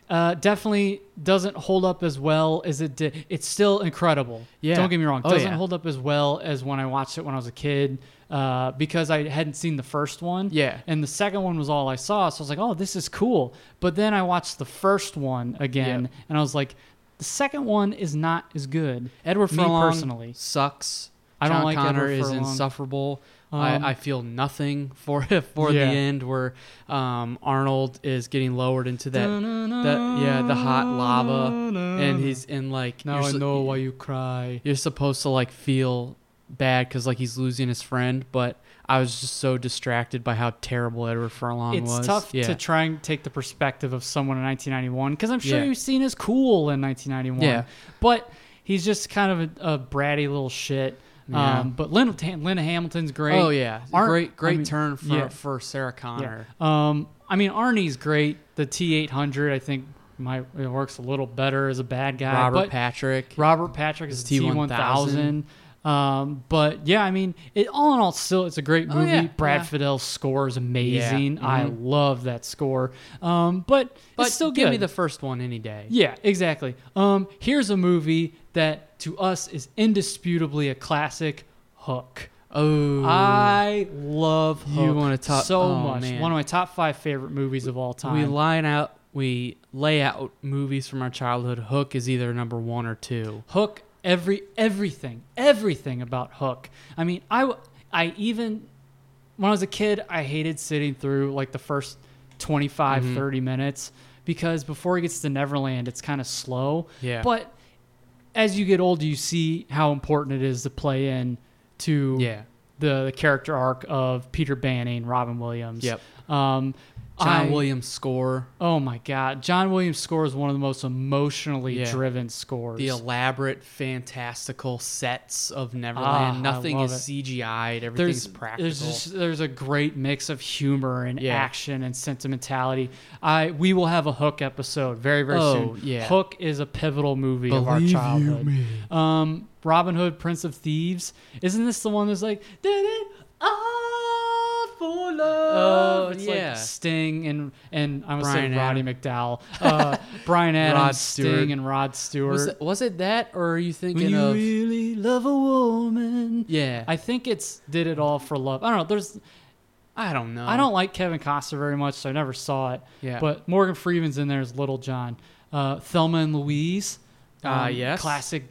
[SPEAKER 4] uh, definitely doesn't hold up as well as it did. It's still incredible.
[SPEAKER 5] Yeah.
[SPEAKER 4] Don't get me wrong.
[SPEAKER 5] Oh,
[SPEAKER 4] doesn't
[SPEAKER 5] yeah.
[SPEAKER 4] hold up as well as when I watched it when I was a kid uh, because I hadn't seen the first one.
[SPEAKER 5] Yeah.
[SPEAKER 4] And the second one was all I saw. So I was like, oh, this is cool. But then I watched the first one again
[SPEAKER 5] Yep.
[SPEAKER 4] and I was like, the second one is not as good.
[SPEAKER 5] Edward
[SPEAKER 4] Me
[SPEAKER 5] Furlong
[SPEAKER 4] personally.
[SPEAKER 5] sucks.
[SPEAKER 4] I don't
[SPEAKER 5] John
[SPEAKER 4] like
[SPEAKER 5] Connor
[SPEAKER 4] Edward
[SPEAKER 5] is
[SPEAKER 4] Furlong.
[SPEAKER 5] insufferable.
[SPEAKER 4] Um,
[SPEAKER 5] I, I feel nothing for for
[SPEAKER 4] Yeah.
[SPEAKER 5] the end where um, Arnold is getting lowered into that that yeah the hot lava and he's in like
[SPEAKER 4] Now
[SPEAKER 5] you're
[SPEAKER 4] I
[SPEAKER 5] su-
[SPEAKER 4] know why you cry.
[SPEAKER 5] you're supposed to like feel bad because like he's losing his friend but I was just so distracted by how terrible Edward Furlong
[SPEAKER 4] It's
[SPEAKER 5] was.
[SPEAKER 4] tough
[SPEAKER 5] yeah.
[SPEAKER 4] to try and take the perspective of someone in 1991 because I'm sure
[SPEAKER 5] Yeah.
[SPEAKER 4] you've seen as cool in 1991.
[SPEAKER 5] Yeah.
[SPEAKER 4] But he's just kind of a, a bratty little shit.
[SPEAKER 5] Yeah.
[SPEAKER 4] Um, but Linda, Linda Hamilton's great.
[SPEAKER 5] Oh yeah,
[SPEAKER 4] Arn-
[SPEAKER 5] great great
[SPEAKER 4] I mean,
[SPEAKER 5] turn for
[SPEAKER 4] yeah.
[SPEAKER 5] for Sarah Connor.
[SPEAKER 4] Yeah. Um, I mean, Arnie's great. The T800, I think, might it works a little better as a bad guy.
[SPEAKER 5] Robert
[SPEAKER 4] but
[SPEAKER 5] Patrick.
[SPEAKER 4] Robert Patrick is T one thousand.
[SPEAKER 5] T1000.
[SPEAKER 4] Um, but yeah, I mean, it, all in all, still it's a great
[SPEAKER 5] Oh,
[SPEAKER 4] movie.
[SPEAKER 5] yeah,
[SPEAKER 4] Brad
[SPEAKER 5] yeah.
[SPEAKER 4] Fidel's score is amazing. I
[SPEAKER 5] mhm.
[SPEAKER 4] love that score. Um, but,
[SPEAKER 5] but
[SPEAKER 4] it's still
[SPEAKER 5] give
[SPEAKER 4] good.
[SPEAKER 5] me the first one any day.
[SPEAKER 4] yeah, exactly. Um, here's a movie that to us is indisputably a classic. Hook.
[SPEAKER 5] Oh,
[SPEAKER 4] I love Hook
[SPEAKER 5] You wanna talk-
[SPEAKER 4] so
[SPEAKER 5] oh,
[SPEAKER 4] much.
[SPEAKER 5] man.
[SPEAKER 4] One of my top five favorite movies of all time.
[SPEAKER 5] we line out, we lay out movies from our childhood. Hook is either number one or two.
[SPEAKER 4] Hook every everything everything about Hook. I mean, I w- I even when I was a kid, I hated sitting through like the first 25
[SPEAKER 5] Mm-hmm.
[SPEAKER 4] 30 minutes because before he gets to Neverland, it's kind of slow.
[SPEAKER 5] Yeah.
[SPEAKER 4] But as you get older, you see how important it is to play in to
[SPEAKER 5] Yeah.
[SPEAKER 4] the, the character arc of Peter Banning, Robin Williams.
[SPEAKER 5] Yep.
[SPEAKER 4] Um
[SPEAKER 5] John
[SPEAKER 4] I-
[SPEAKER 5] Williams score,
[SPEAKER 4] Oh my God. John Williams' score is one of the most emotionally
[SPEAKER 5] Yeah.
[SPEAKER 4] driven scores.
[SPEAKER 5] the elaborate, fantastical sets of Neverland.
[SPEAKER 4] Ah, I
[SPEAKER 5] Nothing
[SPEAKER 4] love
[SPEAKER 5] is
[SPEAKER 4] it.
[SPEAKER 5] CGI'd. Everything's practical.
[SPEAKER 4] There's just there's a great mix of humor and
[SPEAKER 5] Yeah.
[SPEAKER 4] action and sentimentality. I we will have a Hook episode very very
[SPEAKER 5] Oh,
[SPEAKER 4] soon.
[SPEAKER 5] yeah.
[SPEAKER 4] Hook is a pivotal movie of our
[SPEAKER 5] Believe you
[SPEAKER 4] childhood. Um, Robin Hood, Prince of Thieves. Isn't this the one that's like did it all for love?
[SPEAKER 5] Oh,
[SPEAKER 4] it's
[SPEAKER 5] yeah.
[SPEAKER 4] like Sting and and I'm gonna
[SPEAKER 5] Bryan
[SPEAKER 4] say Roddy McDowell, uh, Brian Adams,
[SPEAKER 5] Stewart.
[SPEAKER 4] Sting, and Rod Stewart.
[SPEAKER 5] was, it, was it that, or are you
[SPEAKER 4] When
[SPEAKER 5] thinking
[SPEAKER 4] you
[SPEAKER 5] of?
[SPEAKER 4] really love a woman.
[SPEAKER 5] Yeah,
[SPEAKER 4] I think it's did it all for love. I don't know. There's
[SPEAKER 5] I don't know.
[SPEAKER 4] I don't like Kevin Costner very much, so I never saw it.
[SPEAKER 5] Um, Yeah.
[SPEAKER 4] But Morgan Freeman's in there as Little John. Uh, Thelma and Louise.
[SPEAKER 5] Ah,
[SPEAKER 4] um,
[SPEAKER 5] yes.
[SPEAKER 4] Classic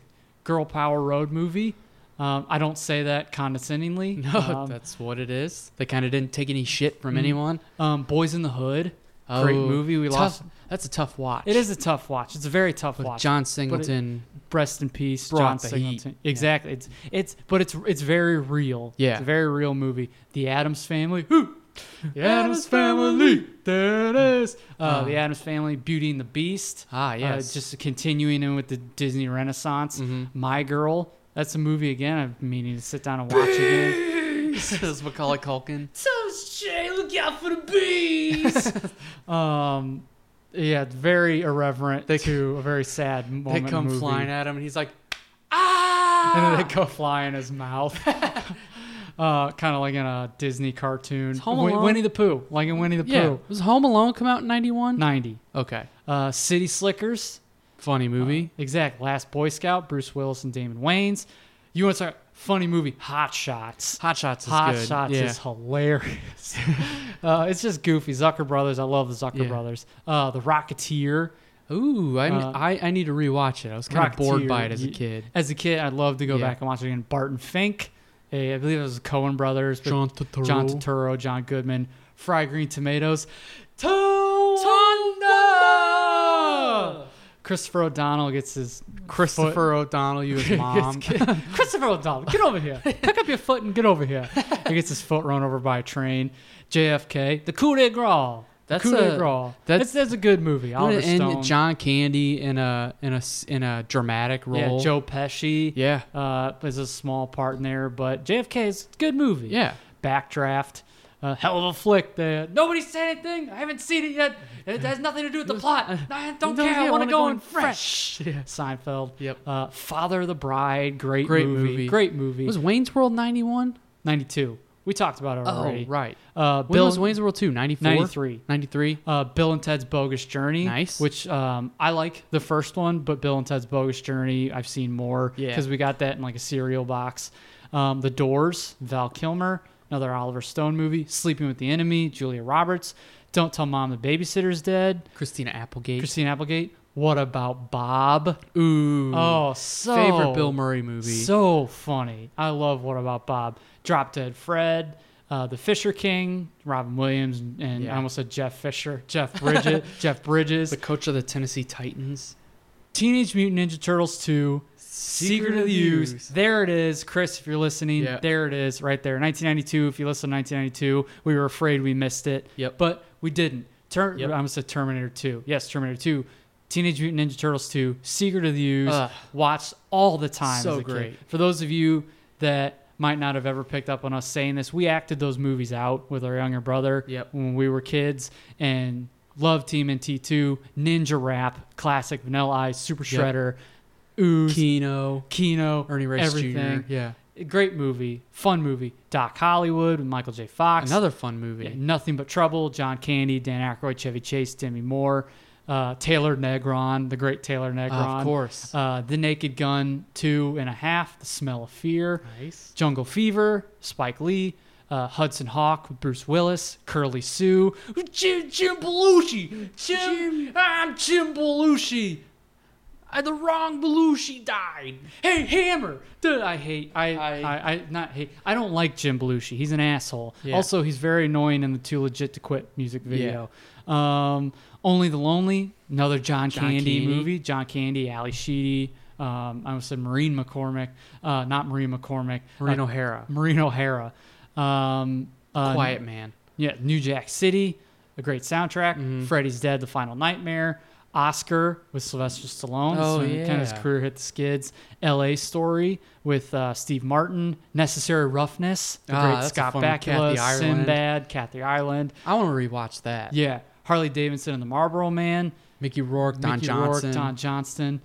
[SPEAKER 4] girl power road movie. Um, I don't say that condescendingly.
[SPEAKER 5] No,
[SPEAKER 4] Um, Mm.
[SPEAKER 5] that's what it is. They kind of didn't take any shit from anyone.
[SPEAKER 4] um, Boys in the Hood.
[SPEAKER 5] Great
[SPEAKER 4] Oh,
[SPEAKER 5] movie. We
[SPEAKER 4] tough-
[SPEAKER 5] lost. That's a tough watch.
[SPEAKER 4] It is a tough watch. It's a very tough
[SPEAKER 5] With
[SPEAKER 4] watch.
[SPEAKER 5] John
[SPEAKER 4] but it-
[SPEAKER 5] Singleton.
[SPEAKER 4] rest in peace,
[SPEAKER 5] Brought
[SPEAKER 4] John
[SPEAKER 5] the
[SPEAKER 4] Singleton.
[SPEAKER 5] heat. Yeah.
[SPEAKER 4] Exactly. It's it's but it's it's very real.
[SPEAKER 5] Yeah.
[SPEAKER 4] It's a very real movie. The Adams Family. Who? The Adams
[SPEAKER 5] Addams Uh-huh.
[SPEAKER 4] Family. There it is. Uh, the Adams Family. Beauty and the Beast.
[SPEAKER 5] Ah,
[SPEAKER 4] Uh,
[SPEAKER 5] yes. Mm-hmm.
[SPEAKER 4] just continuing in with the Disney Renaissance. My Girl. That's a movie again. I'm meaning to sit down and watch again.
[SPEAKER 5] Says Macaulay Culkin.
[SPEAKER 4] Jay, look out for the bees. um, yeah, it's very irreverent they, to a very sad
[SPEAKER 5] They
[SPEAKER 4] moment. in the
[SPEAKER 5] come
[SPEAKER 4] movie
[SPEAKER 5] flying at him, and he's like,
[SPEAKER 4] and
[SPEAKER 5] Ah.
[SPEAKER 4] then they go fly in his mouth. Uh, kind of like in a Disney cartoon,
[SPEAKER 5] Home
[SPEAKER 4] Win-
[SPEAKER 5] Alone.
[SPEAKER 4] Winnie the Pooh, like in Winnie the
[SPEAKER 5] "Yeah."
[SPEAKER 4] Pooh,
[SPEAKER 5] Was Home Alone come out in '91?
[SPEAKER 4] ninety.
[SPEAKER 5] Okay.
[SPEAKER 4] Uh, City Slickers,
[SPEAKER 5] Funny movie.
[SPEAKER 4] exact. Last Boy Scout, Bruce Willis and Damon Wayans. You want to start funny movie? Hot Shots.
[SPEAKER 5] Hot Shots is
[SPEAKER 4] Hot
[SPEAKER 5] good.
[SPEAKER 4] Shots
[SPEAKER 5] Yeah.
[SPEAKER 4] is hilarious. uh, it's just goofy. Zucker Brothers. I love the Zucker
[SPEAKER 5] Yeah.
[SPEAKER 4] Brothers. Uh, the Rocketeer.
[SPEAKER 5] Ooh, I,
[SPEAKER 4] Uh,
[SPEAKER 5] I I need to rewatch it. I was kind of bored
[SPEAKER 4] Rocketeer.
[SPEAKER 5] by it as a
[SPEAKER 4] You-
[SPEAKER 5] kid.
[SPEAKER 4] As a kid, I'd love to go
[SPEAKER 5] Yeah.
[SPEAKER 4] back and watch it again. Barton Fink, eh, I believe it was Cohen Brothers, but
[SPEAKER 5] John Turturro.
[SPEAKER 4] John Turturro, John Goodman, Fried Green Tomatoes, Tonda! Christopher O'Donnell gets his foot-
[SPEAKER 5] Christopher O'Donnell, you his mom.
[SPEAKER 4] Christopher O'Donnell, get over here. Pick up your foot and get over here. He gets his foot run over by a train. JFK, the coup de grace.
[SPEAKER 5] That's
[SPEAKER 4] the coup de
[SPEAKER 5] a-
[SPEAKER 4] grace.
[SPEAKER 5] that's-
[SPEAKER 4] That's, that's a good movie. Oliver Stone.
[SPEAKER 5] and John Candy in a in a s- in a dramatic
[SPEAKER 4] yeah,
[SPEAKER 5] role.
[SPEAKER 4] Joe Pesci.
[SPEAKER 5] Yeah.
[SPEAKER 4] uh, is a small part in there, but JFK is a good movie.
[SPEAKER 5] Yeah.
[SPEAKER 4] Backdraft. Uh, hell of a flick there. Nobody said anything. I haven't seen it yet. It has nothing to do with the plot. I don't, care. I want to go
[SPEAKER 5] uh, wanna go
[SPEAKER 4] in
[SPEAKER 5] in
[SPEAKER 4] fresh. Seinfeld.
[SPEAKER 5] Yep.
[SPEAKER 4] Uh, Father of the Bride. Great,
[SPEAKER 5] Great
[SPEAKER 4] movie.
[SPEAKER 5] movie.
[SPEAKER 4] Great movie.
[SPEAKER 5] Was Wayne's World '91?
[SPEAKER 4] 92. We talked about it already.
[SPEAKER 5] Oh, right.
[SPEAKER 4] Uh,
[SPEAKER 5] When
[SPEAKER 4] Bill,
[SPEAKER 5] was Wayne's World 2? 94?
[SPEAKER 4] 93.
[SPEAKER 5] 93?
[SPEAKER 4] uh, Bill and Ted's Bogus Journey.
[SPEAKER 5] Nice.
[SPEAKER 4] Which um, I like the first one, but Bill and Ted's Bogus Journey, I've seen more
[SPEAKER 5] Yeah.
[SPEAKER 4] because we got that in like a cereal box. Um, the Doors, Val Kilmer, another Oliver Stone movie. Sleeping with the Enemy, Julia Roberts. Don't Tell Mom the Babysitter's Dead,
[SPEAKER 5] Christina Applegate.
[SPEAKER 4] Christine Applegate. What about Bob?
[SPEAKER 5] Ooh.
[SPEAKER 4] Oh, so
[SPEAKER 5] Favorite Bill Murray movie.
[SPEAKER 4] so funny. I love What About Bob, Drop Dead Fred, uh, The Fisher King, Robin Williams, and and I
[SPEAKER 5] Yeah.
[SPEAKER 4] almost said Jeff Fisher, Jeff Bridget, Jeff Bridges,
[SPEAKER 5] the coach of the Tennessee Titans.
[SPEAKER 4] Teenage Mutant Ninja Turtles 2, Secret, of the Ooze. There it is, Chris, if you're listening.
[SPEAKER 5] Yeah.
[SPEAKER 4] There it is, right there. 1992, if you listen to 1992, we were afraid we missed it.
[SPEAKER 5] Yep.
[SPEAKER 4] But we didn't. Ter-
[SPEAKER 5] Yep.
[SPEAKER 4] I almost said Terminator 2. Yes, Terminator 2. Teenage Mutant Ninja Turtles 2, Secret of the Ooze,
[SPEAKER 5] Ugh.
[SPEAKER 4] watched all the time.
[SPEAKER 5] So
[SPEAKER 4] as a kid.
[SPEAKER 5] great.
[SPEAKER 4] For those of you that might not have ever picked up on us saying this, we acted those movies out with our younger brother
[SPEAKER 5] Yep.
[SPEAKER 4] when we were kids and loved Team NT2, Ninja Rap, Classic, Vanilla Ice, Super
[SPEAKER 5] Yep.
[SPEAKER 4] Shredder, Ooze,
[SPEAKER 5] Kino.
[SPEAKER 4] Kino,
[SPEAKER 5] Ernie Rice
[SPEAKER 4] everything.
[SPEAKER 5] Jr. Yeah.
[SPEAKER 4] Great movie, fun movie. Doc Hollywood with Michael J. Fox.
[SPEAKER 5] Another fun movie.
[SPEAKER 4] Yeah, Nothing But Trouble, John Candy, Dan Aykroyd, Chevy Chase, Demi Moore, uh, Taylor Negron, the great Taylor Negron.
[SPEAKER 5] course.
[SPEAKER 4] Uh, the Naked Gun, Two and a Half, The Smell of Fear,
[SPEAKER 5] Nice.
[SPEAKER 4] Jungle Fever, Spike Lee, uh, Hudson Hawk with Bruce Willis, Curly Sue, Jim, Jim Belushi, Jim, I'm Jim Belushi. I, the wrong Belushi died. Hey, Hammer! Dude, I hate. I, I,
[SPEAKER 5] I-
[SPEAKER 4] I, not hate. I don't like Jim Belushi. He's an asshole.
[SPEAKER 5] Yeah.
[SPEAKER 4] Also, he's very annoying in the Too Legit to Quit music video. Um, Only the Lonely, another John, Candy,
[SPEAKER 5] Candy.
[SPEAKER 4] movie. John Candy, Ali Sheedy. Um, I almost said Maureen McCormick. Uh, not Maureen McCormick.
[SPEAKER 5] Maureen
[SPEAKER 4] Uh,
[SPEAKER 5] O'Hara.
[SPEAKER 4] Maureen O'Hara. Um, uh,
[SPEAKER 5] Quiet Man.
[SPEAKER 4] Yeah, New Jack City, a great soundtrack.
[SPEAKER 5] Mm-hmm.
[SPEAKER 4] Freddy's Dead, The Final Nightmare. Oscar with Sylvester Stallone.
[SPEAKER 5] Oh,
[SPEAKER 4] This one Kind of his
[SPEAKER 5] yeah.
[SPEAKER 4] career hit the skids. L.A. Story with uh, Steve Martin. Necessary Roughness. The
[SPEAKER 5] Ah,
[SPEAKER 4] great
[SPEAKER 5] that's a
[SPEAKER 4] Scott
[SPEAKER 5] fun one.
[SPEAKER 4] Bakula.
[SPEAKER 5] Kathy Ireland.
[SPEAKER 4] Sinbad. Kathy Ireland.
[SPEAKER 5] I want to rewatch that.
[SPEAKER 4] Yeah. Harley Davidson and the Marlboro Man.
[SPEAKER 5] Mickey Rourke, Don
[SPEAKER 4] Mickey Rourke,
[SPEAKER 5] Johnson.
[SPEAKER 4] Don Johnston.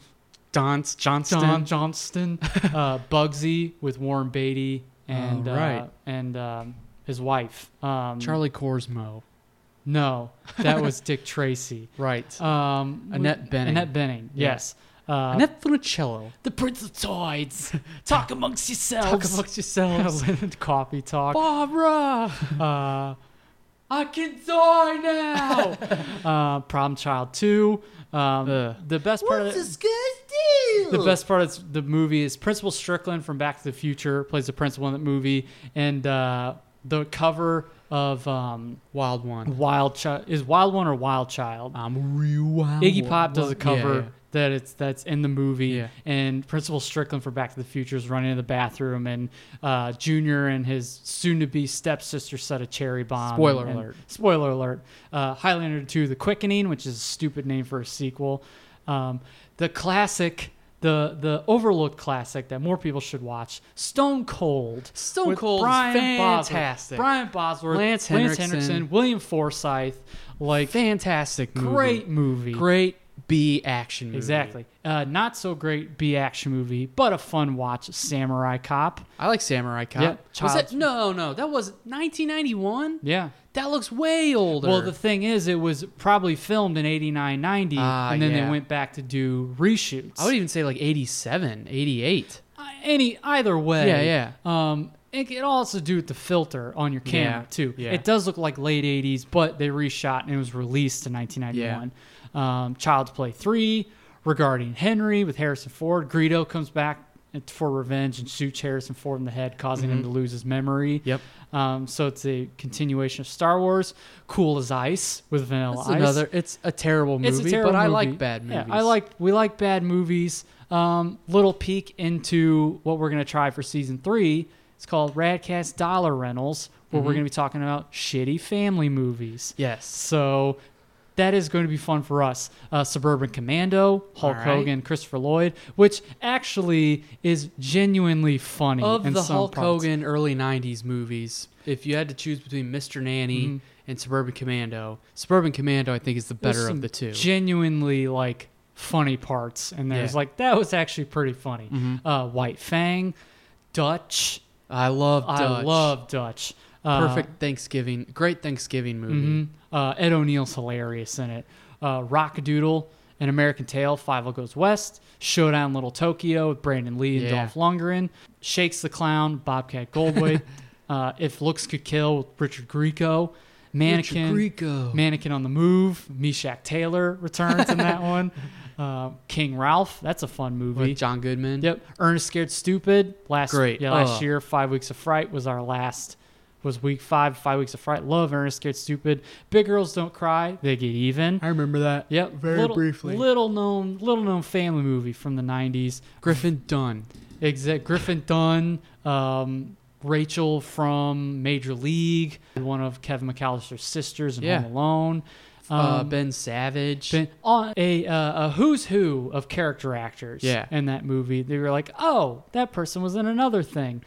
[SPEAKER 5] Don's Johnston.
[SPEAKER 4] Don Johnston, uh, Bugsy with Warren Beatty and
[SPEAKER 5] All right.
[SPEAKER 4] uh, and um, his wife. Um,
[SPEAKER 5] Charlie Corsmo.
[SPEAKER 4] No, that was Dick Tracy.
[SPEAKER 5] Right.
[SPEAKER 4] Um,
[SPEAKER 5] Annette
[SPEAKER 4] with-
[SPEAKER 5] Bening.
[SPEAKER 4] Annette Benning.
[SPEAKER 5] Yeah.
[SPEAKER 4] Yes. Uh,
[SPEAKER 5] Annette Funicello.
[SPEAKER 4] the Prince of Tides. Talk amongst yourselves.
[SPEAKER 5] yourselves.
[SPEAKER 4] Coffee talk.
[SPEAKER 5] Barbara.
[SPEAKER 4] Uh, I can die now. uh, Problem Child Two. Um,
[SPEAKER 5] Ugh.
[SPEAKER 4] the best part of the, the best part of the movie is Principal Strickland from Back to the Future plays the principal in that movie, and uh, the cover of um,
[SPEAKER 5] Wild one.
[SPEAKER 4] Wild Child. Is Wild One or Wild Child?
[SPEAKER 5] I'm real wild.
[SPEAKER 4] Iggy Pop does
[SPEAKER 5] one.
[SPEAKER 4] a cover
[SPEAKER 5] Yeah, yeah.
[SPEAKER 4] that it's that's in the movie,
[SPEAKER 5] Yeah.
[SPEAKER 4] and Principal Strickland for Back to the Future is running in the bathroom, and uh, Junior and his soon-to-be stepsister set a cherry bomb.
[SPEAKER 5] Spoiler
[SPEAKER 4] and-
[SPEAKER 5] alert.
[SPEAKER 4] Spoiler alert. Uh, Highlander 2: The Quickening, which is a stupid name for a sequel. Um, the classic. The, the overlooked classic that more people should watch, Stone Cold.
[SPEAKER 5] Stone
[SPEAKER 4] with
[SPEAKER 5] Cold's
[SPEAKER 4] Brian Bosworth-
[SPEAKER 5] fantastic.
[SPEAKER 4] Brian Bosworth,
[SPEAKER 5] Lance Henriksen.
[SPEAKER 4] William Forsythe, like
[SPEAKER 5] Fantastic movie.
[SPEAKER 4] great movie.
[SPEAKER 5] Great B action movie.
[SPEAKER 4] Exactly. Uh, not so great B action movie, but a fun watch. Samurai Cop.
[SPEAKER 5] I like Samurai Cop.
[SPEAKER 4] Yep.
[SPEAKER 5] Was that,
[SPEAKER 4] Child's-
[SPEAKER 5] no, no, that was 1991.
[SPEAKER 4] Yeah.
[SPEAKER 5] That looks way older.
[SPEAKER 4] Well, the thing is, it was probably filmed in 89, 90,
[SPEAKER 5] Ah,
[SPEAKER 4] and then
[SPEAKER 5] yeah.
[SPEAKER 4] they went back to do reshoots.
[SPEAKER 5] I would even say like 87, 88.
[SPEAKER 4] Uh, Any either way.
[SPEAKER 5] Yeah,
[SPEAKER 4] yeah. Um, it can also do with the filter on your camera
[SPEAKER 5] Yeah,
[SPEAKER 4] too.
[SPEAKER 5] yeah.
[SPEAKER 4] It does look like late 80s, but they reshot and it was released in 1991. Um, Child's Play 3, regarding Henry with Harrison Ford. Greedo comes back for revenge and shoots Harrison Ford in the head, causing him to lose his memory.
[SPEAKER 5] Mm-hmm. Yep.
[SPEAKER 4] Um, so it's a continuation of Star Wars. Cool as Ice with Vanilla
[SPEAKER 5] That's
[SPEAKER 4] Ice.
[SPEAKER 5] another. It's a terrible movie,
[SPEAKER 4] It's a terrible
[SPEAKER 5] but I
[SPEAKER 4] movie.
[SPEAKER 5] like bad movies.
[SPEAKER 4] Yeah, I like we like bad movies. Um, little peek into what we're gonna try for season three. It's called Radcast Dollar Rentals, where
[SPEAKER 5] Mm-hmm.
[SPEAKER 4] we're gonna be talking about shitty family movies.
[SPEAKER 5] Yes.
[SPEAKER 4] So that is going to be fun for us. Uh, Suburban Commando, Hulk
[SPEAKER 5] All right.
[SPEAKER 4] Hogan, Christopher Lloyd, which actually is genuinely funny.
[SPEAKER 5] Of
[SPEAKER 4] in
[SPEAKER 5] the
[SPEAKER 4] some
[SPEAKER 5] Hulk
[SPEAKER 4] parts.
[SPEAKER 5] Hogan early 90s movies, if you had to choose between Mr. Nanny and Suburban Commando, Suburban Commando, I think, is the
[SPEAKER 4] There's
[SPEAKER 5] better
[SPEAKER 4] some
[SPEAKER 5] of the two.
[SPEAKER 4] Genuinely like funny parts, and there's
[SPEAKER 5] Yeah. Mm-hmm.
[SPEAKER 4] like that was actually pretty funny. Uh, White Fang, Dutch.
[SPEAKER 5] I love Dutch.
[SPEAKER 4] I love Dutch. Uh,
[SPEAKER 5] Perfect Thanksgiving. Great Thanksgiving movie.
[SPEAKER 4] Uh, Ed O'Neill's hilarious in it. Uh, Rockadoodle, An American Tale, Five O Goes West, Showdown Little Tokyo with Brandon Lee and
[SPEAKER 5] Yeah.
[SPEAKER 4] Dolph Lundgren, Shakes the Clown, Bobcat Goldthwait, uh, If Looks Could Kill with Richard Grieco, Mannequin,
[SPEAKER 5] Grieco.
[SPEAKER 4] Mannequin on the Move, Meshack Taylor returns in that one, uh, King Ralph, that's a fun movie.
[SPEAKER 5] With John Goodman.
[SPEAKER 4] Yep. Ernest Scared Stupid. Last
[SPEAKER 5] Great.
[SPEAKER 4] yeah, last
[SPEAKER 5] Ugh.
[SPEAKER 4] year, Five Weeks of Fright was our last was week five, Five Weeks of Fright. Love Ernest Scared Stupid. Big Girls Don't Cry, they get even.
[SPEAKER 5] I remember that.
[SPEAKER 4] Yep.
[SPEAKER 5] Very
[SPEAKER 4] little,
[SPEAKER 5] briefly.
[SPEAKER 4] Little known little known family movie from the nineties.
[SPEAKER 5] Griffin Dunn.
[SPEAKER 4] Exact Griffin Dunn, um, Rachel from Major League, one of Kevin McAllister's sisters in
[SPEAKER 5] Yeah.
[SPEAKER 4] Home Alone.
[SPEAKER 5] uh,
[SPEAKER 4] Um,
[SPEAKER 5] ben Savage.
[SPEAKER 4] been on a, uh, a who's who of character actors
[SPEAKER 5] Yeah.
[SPEAKER 4] in that movie. They were like, oh, that person was in another thing.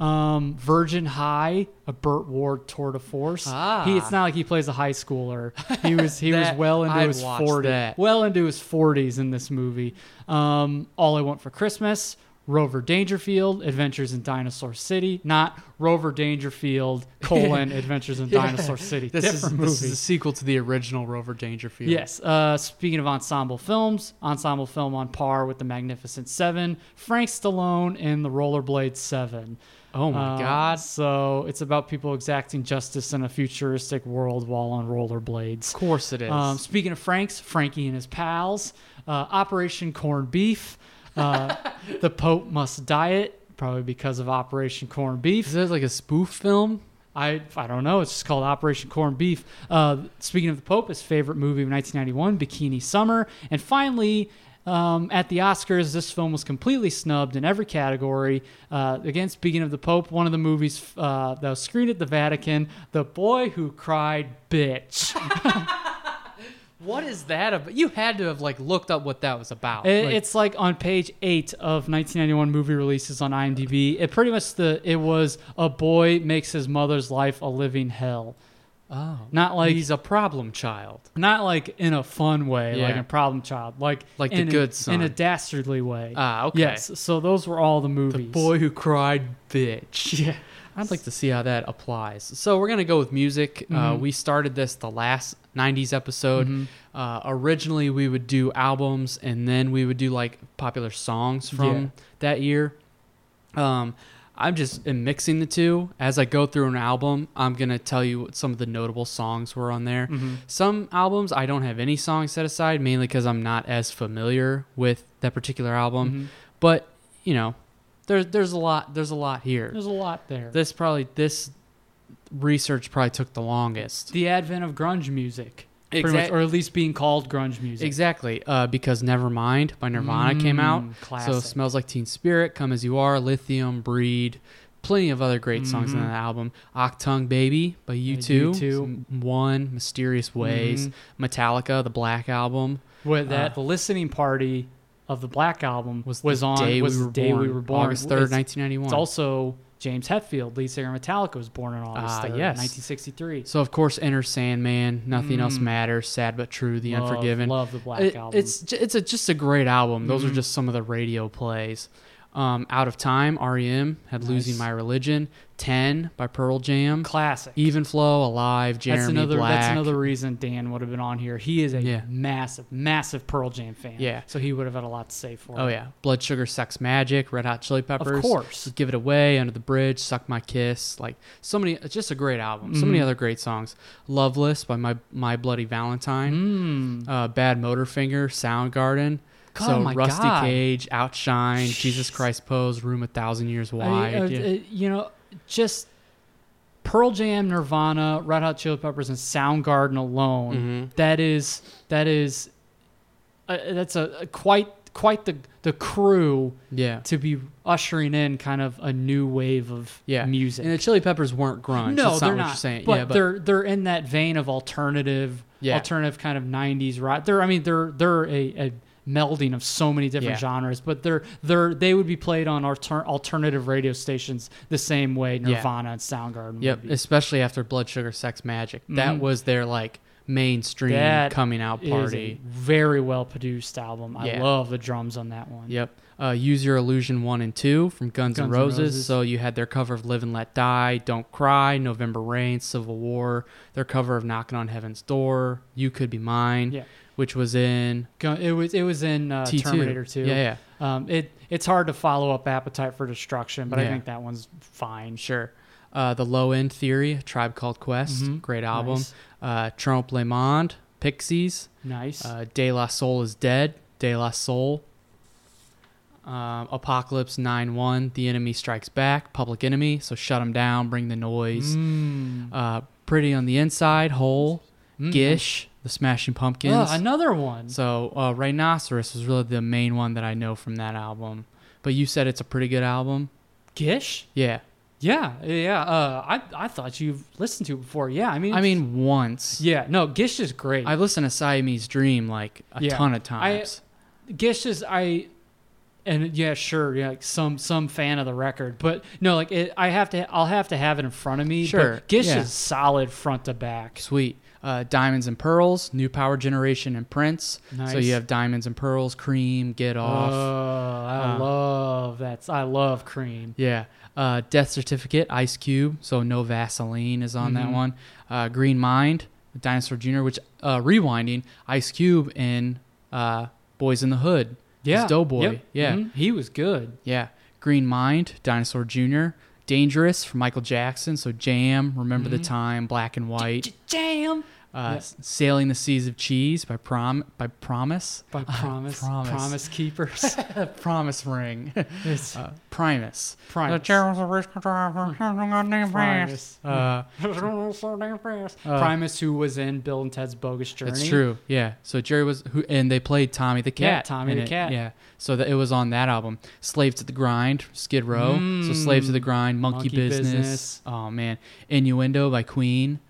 [SPEAKER 4] Um, Virgin High, a Burt Ward tour de force.
[SPEAKER 5] Ah.
[SPEAKER 4] He, it's not like he plays a high schooler. He was he was
[SPEAKER 5] That-
[SPEAKER 4] well into
[SPEAKER 5] I'd
[SPEAKER 4] his
[SPEAKER 5] watch
[SPEAKER 4] forties,
[SPEAKER 5] that.
[SPEAKER 4] well into his forties in this movie. Um, All I Want for Christmas, Rover Dangerfield, Adventures in Dinosaur City, not Rover Dangerfield colon Adventures in Dinosaur City.
[SPEAKER 5] this is,
[SPEAKER 4] Different
[SPEAKER 5] this is
[SPEAKER 4] movie.
[SPEAKER 5] the sequel to the original Rover Dangerfield.
[SPEAKER 4] Yes. Uh, speaking of ensemble films, ensemble film on par with The Magnificent Seven, Frank Stallone in The Rollerblade Seven.
[SPEAKER 5] Oh my
[SPEAKER 4] Uh,
[SPEAKER 5] God.
[SPEAKER 4] So it's about people exacting justice in a futuristic world while on rollerblades.
[SPEAKER 5] Of course it is.
[SPEAKER 4] Um, speaking of Franks, Frankie and his pals, uh, Operation Corned Beef, uh, The Pope Must Diet, probably because of Operation Corned Beef.
[SPEAKER 5] is that like a spoof film?
[SPEAKER 4] I, I don't know. It's just called Operation Corned Beef. Uh, speaking of the Pope, his favorite movie of 1991, Bikini Summer. And finally, um, at the Oscars, this film was completely snubbed in every category. Uh, again, speaking of the Pope, one of the movies uh, that was screened at the Vatican, The Boy Who Cried Bitch.
[SPEAKER 5] What is that about? You had to have like looked up what that was about.
[SPEAKER 4] It,
[SPEAKER 5] Like,
[SPEAKER 4] it's like on page eight of 1991 movie releases on IMDb. It pretty much the it was a boy makes his mother's life a living hell.
[SPEAKER 5] oh,
[SPEAKER 4] Not like
[SPEAKER 5] he's a problem child.
[SPEAKER 4] not like in a fun way, like
[SPEAKER 5] Yeah.
[SPEAKER 4] a problem child, like
[SPEAKER 5] Like the
[SPEAKER 4] in a,
[SPEAKER 5] good son.
[SPEAKER 4] in a dastardly way.
[SPEAKER 5] Ah, okay.
[SPEAKER 4] Yes. So those were all the movies.
[SPEAKER 5] Boy who cried bitch.
[SPEAKER 4] Yeah.
[SPEAKER 5] I'd like to see how that applies. So we're gonna go with music. Uh,
[SPEAKER 4] Mm-hmm.
[SPEAKER 5] we started this the last '90s episode. Uh, originally, we would do albums, and then we would do like popular songs from
[SPEAKER 4] Yeah.
[SPEAKER 5] that year. Um, I'm just am mixing the two as I go through an album. I'm gonna tell you what some of the notable songs were on there. Some albums I don't have any songs set aside, mainly because I'm not as familiar with that particular album. But you know, there's there's a lot there's a lot here
[SPEAKER 4] There's a lot there.
[SPEAKER 5] this probably this research probably took the longest.
[SPEAKER 4] the advent of grunge music, pretty much,
[SPEAKER 5] Exact-
[SPEAKER 4] or at least being called grunge music.
[SPEAKER 5] Exactly, uh, because Nevermind by Nirvana came out. So
[SPEAKER 4] Mm, classic.
[SPEAKER 5] Smells Like Teen Spirit, Come As You Are, Lithium, Breed, plenty of other great songs
[SPEAKER 4] Mm-hmm.
[SPEAKER 5] on that album. Octung Baby by U2,
[SPEAKER 4] U2.
[SPEAKER 5] some- One, Mysterious Ways,
[SPEAKER 4] Mm-hmm.
[SPEAKER 5] Metallica, the Black Album.
[SPEAKER 4] With that, the listening party of the Black Album was,
[SPEAKER 5] Ah. the
[SPEAKER 4] on
[SPEAKER 5] day we
[SPEAKER 4] was the
[SPEAKER 5] were
[SPEAKER 4] day we
[SPEAKER 5] born,
[SPEAKER 4] were born,
[SPEAKER 5] August 3rd,
[SPEAKER 4] It's-
[SPEAKER 5] 1991.
[SPEAKER 4] It's also James Hetfield, lead singer of Metallica, was born on August
[SPEAKER 5] Ah,
[SPEAKER 4] 3rd,
[SPEAKER 5] yes.
[SPEAKER 4] 1963.
[SPEAKER 5] So of course, Enter Sandman, Nothing Else Matters, Sad but True, The
[SPEAKER 4] Mm. Love-
[SPEAKER 5] Unforgiven.
[SPEAKER 4] love the Black
[SPEAKER 5] It-
[SPEAKER 4] Album. Mm.
[SPEAKER 5] It's j- it's a, just a great album. Those are just some of the radio plays. Um, Out of Time, REM had Losing My Religion, Ten by Pearl Jam,
[SPEAKER 4] Classic.
[SPEAKER 5] Even Flow, Alive, Jeremy
[SPEAKER 4] that's another
[SPEAKER 5] Black.
[SPEAKER 4] that's another reason Dan would have been on here. He is a
[SPEAKER 5] Yeah.
[SPEAKER 4] massive, massive Pearl Jam fan.
[SPEAKER 5] Yeah.
[SPEAKER 4] So he would have had a lot to say for
[SPEAKER 5] Oh
[SPEAKER 4] it.
[SPEAKER 5] yeah, Blood Sugar Sex Magic, Red Hot Chili Peppers.
[SPEAKER 4] course.
[SPEAKER 5] Give It Away, Under the Bridge, Suck My Kiss. Like so many, it's just a great album. So
[SPEAKER 4] Mm-hmm.
[SPEAKER 5] many other great songs. Loveless by my My Bloody Valentine. Uh, Bad Motorfinger, Soundgarden.
[SPEAKER 4] Mm. God,
[SPEAKER 5] so
[SPEAKER 4] my
[SPEAKER 5] Rusty
[SPEAKER 4] God.
[SPEAKER 5] Cage, Outshine, Jesus Christ Pose, Room a Thousand Years Wide.
[SPEAKER 4] I mean, uh,
[SPEAKER 5] yeah.
[SPEAKER 4] uh, you know, just Pearl Jam, Nirvana, Red Hot Chili Peppers, and Soundgarden alone.
[SPEAKER 5] Mm-hmm.
[SPEAKER 4] that is that is uh, that's a, a quite quite the the crew
[SPEAKER 5] yeah.
[SPEAKER 4] to be ushering in kind of a new wave of
[SPEAKER 5] yeah.
[SPEAKER 4] music.
[SPEAKER 5] And the Chili Peppers weren't grunge.
[SPEAKER 4] no,
[SPEAKER 5] That's
[SPEAKER 4] they're
[SPEAKER 5] not what
[SPEAKER 4] not.
[SPEAKER 5] you're saying.
[SPEAKER 4] But,
[SPEAKER 5] yeah, but
[SPEAKER 4] they're they're in that vein of alternative,
[SPEAKER 5] Yeah.
[SPEAKER 4] alternative kind of '90s rock. They're I mean they're they're a, a melding of so many different
[SPEAKER 5] Yeah.
[SPEAKER 4] genres, but they're they're they would be played on alter, alternative radio stations the same way Nirvana and Soundgarden.
[SPEAKER 5] Yep,
[SPEAKER 4] would be.
[SPEAKER 5] especially after Blood Sugar Sex Magic. That was their like mainstream
[SPEAKER 4] Mm. That
[SPEAKER 5] coming out
[SPEAKER 4] It is
[SPEAKER 5] party.
[SPEAKER 4] a very well produced album. I
[SPEAKER 5] Yeah.
[SPEAKER 4] love the drums on that one.
[SPEAKER 5] Yep. Uh, Use Your Illusion 1 and 2 from Guns, N'
[SPEAKER 4] Guns N'
[SPEAKER 5] Roses.
[SPEAKER 4] Roses.
[SPEAKER 5] So you had their cover of Live and Let Die, Don't Cry, November Rain, Civil War, their cover of Knocking on Heaven's Door, You Could Be Mine,
[SPEAKER 4] Yeah.
[SPEAKER 5] which was in
[SPEAKER 4] Gun- It was it was in uh,
[SPEAKER 5] T2.
[SPEAKER 4] Terminator 2.
[SPEAKER 5] Yeah,
[SPEAKER 4] Um, it it's hard to follow up Appetite for Destruction, but I
[SPEAKER 5] Yeah.
[SPEAKER 4] think that one's fine.
[SPEAKER 5] Sure. Uh, the Low End Theory, A Tribe Called Quest, great album.
[SPEAKER 4] Mm-hmm. Nice.
[SPEAKER 5] Uh, Trompe Le Monde, Pixies.
[SPEAKER 4] Nice.
[SPEAKER 5] Uh, De La Soul is Dead, De La Soul. Um, Apocalypse 9 1, The Enemy Strikes Back, Public Enemy. So shut them down, bring the noise.
[SPEAKER 4] Mm.
[SPEAKER 5] Uh, Pretty on the Inside, Hole,
[SPEAKER 4] Mm-hmm.
[SPEAKER 5] Gish, The Smashing Pumpkins.
[SPEAKER 4] Ugh, Uh, another one.
[SPEAKER 5] So uh, Rhinoceros was really the main one that I know from that album. But you said it's a pretty good album.
[SPEAKER 4] Gish.
[SPEAKER 5] Yeah.
[SPEAKER 4] Yeah, yeah. Uh, I I thought you've listened to it before. Yeah, I mean,
[SPEAKER 5] I mean, once.
[SPEAKER 4] yeah. No, Gish is great.
[SPEAKER 5] I've listened to Siamese Dream like a
[SPEAKER 4] Yeah.
[SPEAKER 5] ton
[SPEAKER 4] I-
[SPEAKER 5] of times.
[SPEAKER 4] Gish is I, and yeah, sure, yeah, like some some fan of the record, but no, like it, I have to, I'll have to have it in front of me. but
[SPEAKER 5] Sure,
[SPEAKER 4] Gish
[SPEAKER 5] yeah.
[SPEAKER 4] is solid front to back.
[SPEAKER 5] Sweet. Uh, Diamonds and Pearls, New Power Generation, and Prince. So
[SPEAKER 4] Nice.
[SPEAKER 5] you have Diamonds and Pearls, Cream, Get
[SPEAKER 4] Oh,
[SPEAKER 5] Off.
[SPEAKER 4] I
[SPEAKER 5] Uh,
[SPEAKER 4] love that. I love Cream.
[SPEAKER 5] yeah. Uh, Death Certificate, Ice Cube. So No Vaseline is on that
[SPEAKER 4] Mm-hmm.
[SPEAKER 5] one. Uh, Green Mind, Dinosaur Jr., which, uh, rewinding, Ice Cube in uh, Boys in the Hood.
[SPEAKER 4] Yeah,
[SPEAKER 5] As Doughboy.
[SPEAKER 4] Yep.
[SPEAKER 5] Yeah.
[SPEAKER 4] Mhm. he was good.
[SPEAKER 5] Yeah. Green Mind, Dinosaur Jr., Dangerous from Michael Jackson. So Jam, Remember the Time, Black and White.
[SPEAKER 4] Mm-hmm. Jam.
[SPEAKER 5] Uh,
[SPEAKER 4] Yes.
[SPEAKER 5] Sailing the Seas of Cheese by Prom by Promise.
[SPEAKER 4] By promise,
[SPEAKER 5] Promise.
[SPEAKER 4] promise, keepers.
[SPEAKER 5] Promise Ring.
[SPEAKER 4] It's
[SPEAKER 5] Uh, Primus.
[SPEAKER 4] Primus.
[SPEAKER 5] The Germans are rich control-
[SPEAKER 4] Primus.
[SPEAKER 5] Uh,
[SPEAKER 4] Primus, who was in Bill and Ted's Bogus Journey.
[SPEAKER 5] it's true. Yeah. So Jerry was who, and they played Tommy the Cat.
[SPEAKER 4] Yeah, Tommy
[SPEAKER 5] in
[SPEAKER 4] the
[SPEAKER 5] it.
[SPEAKER 4] Cat.
[SPEAKER 5] Yeah. So that it was on that album. Slave to the Grind, Skid Row. So Slave to the Grind, Monkey,
[SPEAKER 4] Mm. Monkey
[SPEAKER 5] business.
[SPEAKER 4] Business.
[SPEAKER 5] Oh man, Innuendo by Queen.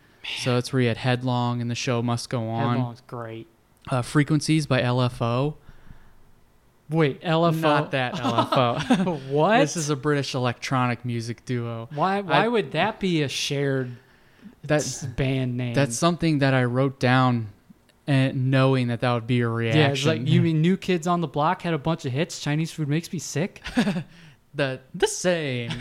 [SPEAKER 5] So that's where you had Headlong and the show must go on.
[SPEAKER 4] Headlong's great.
[SPEAKER 5] Uh, Frequencies by LFO.
[SPEAKER 4] Wait, LFO.
[SPEAKER 5] Not that LFO.
[SPEAKER 4] What?
[SPEAKER 5] This is a British electronic music duo.
[SPEAKER 4] why? Why
[SPEAKER 5] I-
[SPEAKER 4] would that be a shared
[SPEAKER 5] That's
[SPEAKER 4] band name?
[SPEAKER 5] that's something that I wrote down, and knowing that that would be a reaction.
[SPEAKER 4] yeah. It's like you mean New Kids on the Block had a bunch of hits. Chinese food makes me sick.
[SPEAKER 5] the the same.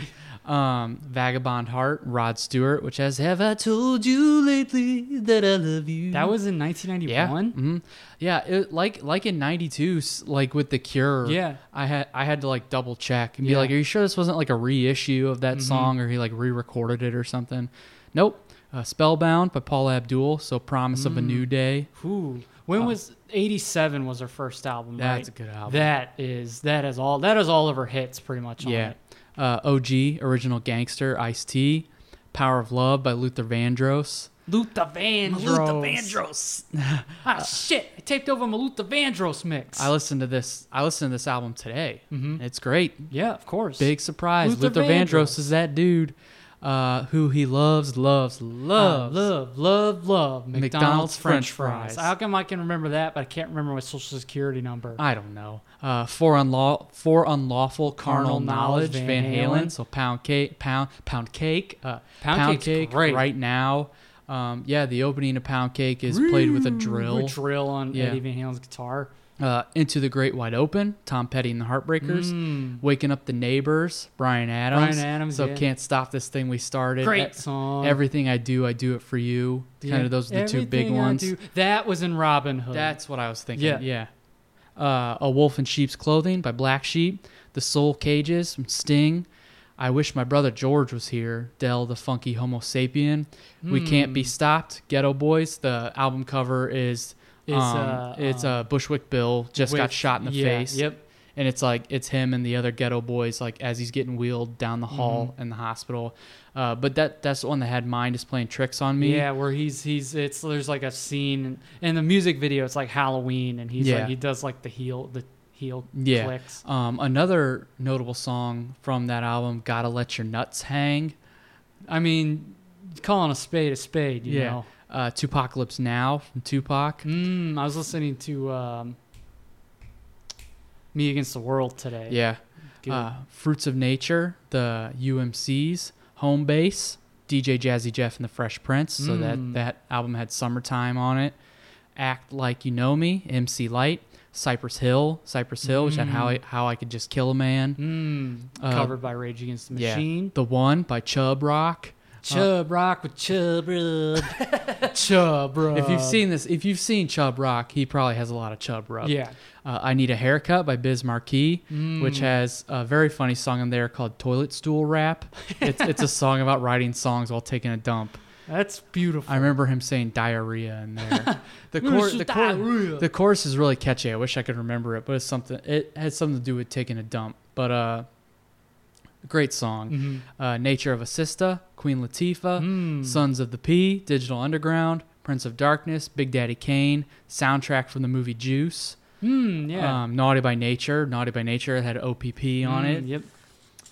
[SPEAKER 5] um, Vagabond Heart, Rod Stewart, which has "Have I told you lately that I love you?"
[SPEAKER 4] That was in 1991.
[SPEAKER 5] hmm Yeah, it, like like in '92, like with the Cure.
[SPEAKER 4] Yeah.
[SPEAKER 5] I had I had to like double check and be
[SPEAKER 4] Yeah. Mm-hmm.
[SPEAKER 5] like, "Are you sure this wasn't like a reissue of that song, or he like re-recorded it or something?" Nope. Uh, Spellbound by Paula Abdul, so "Promise of a
[SPEAKER 4] Mm.
[SPEAKER 5] New Day."
[SPEAKER 4] Ooh. When was 87 was her first album?
[SPEAKER 5] Oh. That's
[SPEAKER 4] right?
[SPEAKER 5] a good album.
[SPEAKER 4] That is that is all that is all of her hits pretty much. On
[SPEAKER 5] Yeah.
[SPEAKER 4] it.
[SPEAKER 5] Uh, OG, Original Gangster, Ice T, Power of Love by Luther Vandross.
[SPEAKER 4] Luther Vandross. Vandross. ah, shit. I taped over my Luther Vandross mix.
[SPEAKER 5] I listened to this. I listened to this album today. It's great.
[SPEAKER 4] yeah, of course.
[SPEAKER 5] Big surprise.
[SPEAKER 4] Mm-hmm. Luther
[SPEAKER 5] Luther, Vandross.
[SPEAKER 4] Vandross.
[SPEAKER 5] is that dude uh, who he loves, loves,
[SPEAKER 4] Uh,
[SPEAKER 5] loves.
[SPEAKER 4] love, love, love. McDonald's, French,
[SPEAKER 5] French
[SPEAKER 4] fries.
[SPEAKER 5] fries.
[SPEAKER 4] How come I can remember that, but I can't remember my social security number?
[SPEAKER 5] I don't know. Uh, for unlaw for unlawful carnal,
[SPEAKER 4] Carnal knowledge,
[SPEAKER 5] knowledge,
[SPEAKER 4] Van
[SPEAKER 5] Van, Halen.
[SPEAKER 4] Halen.
[SPEAKER 5] So pound cake, pound pound cake, uh,
[SPEAKER 4] Pound Cake's great.
[SPEAKER 5] right now. Um, yeah, the opening of pound cake is played with a drill.
[SPEAKER 4] drill on
[SPEAKER 5] Yeah.
[SPEAKER 4] Eddie Van Halen's guitar.
[SPEAKER 5] Uh, Into the Great Wide Open, Tom Petty and the Heartbreakers, Waking Up the Neighbors, Brian Adams.
[SPEAKER 4] Mm. Bryan Adams,
[SPEAKER 5] So
[SPEAKER 4] yeah.
[SPEAKER 5] can't stop this thing we started.
[SPEAKER 4] Great
[SPEAKER 5] E-
[SPEAKER 4] song.
[SPEAKER 5] Everything I do, I do it for you. Kind
[SPEAKER 4] Yeah.
[SPEAKER 5] of those are the two big
[SPEAKER 4] Everything I
[SPEAKER 5] ones.
[SPEAKER 4] do- That was in Robin Hood.
[SPEAKER 5] That's what I was thinking.
[SPEAKER 4] Yeah.
[SPEAKER 5] Yeah. Uh, a Wolf in Sheep's Clothing by Black Sheep. The Soul Cages from Sting. I Wish My Brother George Was Here. Dell the Funky Homo Sapien. We Can't
[SPEAKER 4] Hmm.
[SPEAKER 5] Be Stopped. Ghetto Boys. The album cover is.
[SPEAKER 4] Is,
[SPEAKER 5] um,
[SPEAKER 4] uh,
[SPEAKER 5] it's uh, Bushwick Bill just
[SPEAKER 4] with-
[SPEAKER 5] got shot in the
[SPEAKER 4] yeah,
[SPEAKER 5] face.
[SPEAKER 4] yep.
[SPEAKER 5] And it's like it's him and the other ghetto boys like as he's getting wheeled down the hall
[SPEAKER 4] Mm-hmm.
[SPEAKER 5] in the hospital. Uh, but that that's the one that had mine just playing tricks on me.
[SPEAKER 4] Yeah, where he's he's it's there's like a scene and in the music video it's like Halloween and he's
[SPEAKER 5] Yeah.
[SPEAKER 4] like he does like the heel the heel
[SPEAKER 5] yeah.
[SPEAKER 4] clicks.
[SPEAKER 5] Um, another notable song from that album, "Gotta Let Your Nuts Hang."
[SPEAKER 4] I mean, calling a spade a spade, you know.
[SPEAKER 5] Uh, "Tupacalypse Now" from Tupac.
[SPEAKER 4] Mm, I was listening to um, Me Against the World today.
[SPEAKER 5] Yeah.
[SPEAKER 4] Good.
[SPEAKER 5] Uh, "Fruits of Nature," the UMC's home base. DJ Jazzy Jeff and the Fresh Prince. So
[SPEAKER 4] Mm.
[SPEAKER 5] that that album had "Summertime" on it. "Act Like You Know Me," MC Light. Cypress Hill, Cypress Hill, which had how
[SPEAKER 4] Mm.
[SPEAKER 5] I, how I could just kill a man. uh,
[SPEAKER 4] covered by Rage Against the Mm, Machine.
[SPEAKER 5] the one by Chub Rock.
[SPEAKER 4] Chub Rock with Chub Rub. Chub Rub.
[SPEAKER 5] If you've seen this, if you've seen Chub Rock, he probably has a lot of Chub Rub.
[SPEAKER 4] Yeah.
[SPEAKER 5] Uh, I Need a Haircut by Biz Marquee, which has a very funny song in there called Toilet Stool Rap. It's, it's a song about writing songs while taking a dump.
[SPEAKER 4] That's beautiful.
[SPEAKER 5] I remember him saying diarrhea in there. The,
[SPEAKER 4] Where's
[SPEAKER 5] chor-
[SPEAKER 4] your
[SPEAKER 5] the, chor-
[SPEAKER 4] diarrhea?
[SPEAKER 5] the chorus is really catchy. I wish I could remember it, but it's something. It has something to do with taking a dump. But uh, great song.
[SPEAKER 4] Mm-hmm.
[SPEAKER 5] Uh, Nature of a Sista, Queen Latifah,
[SPEAKER 4] Hmm.
[SPEAKER 5] Sons of the P, Digital Underground, Prince of Darkness, Big Daddy Kane, soundtrack from the movie Juice,
[SPEAKER 4] Mm, yeah.
[SPEAKER 5] um, Naughty by Nature. Naughty by Nature had OPP on
[SPEAKER 4] Mm,
[SPEAKER 5] it.
[SPEAKER 4] Yep.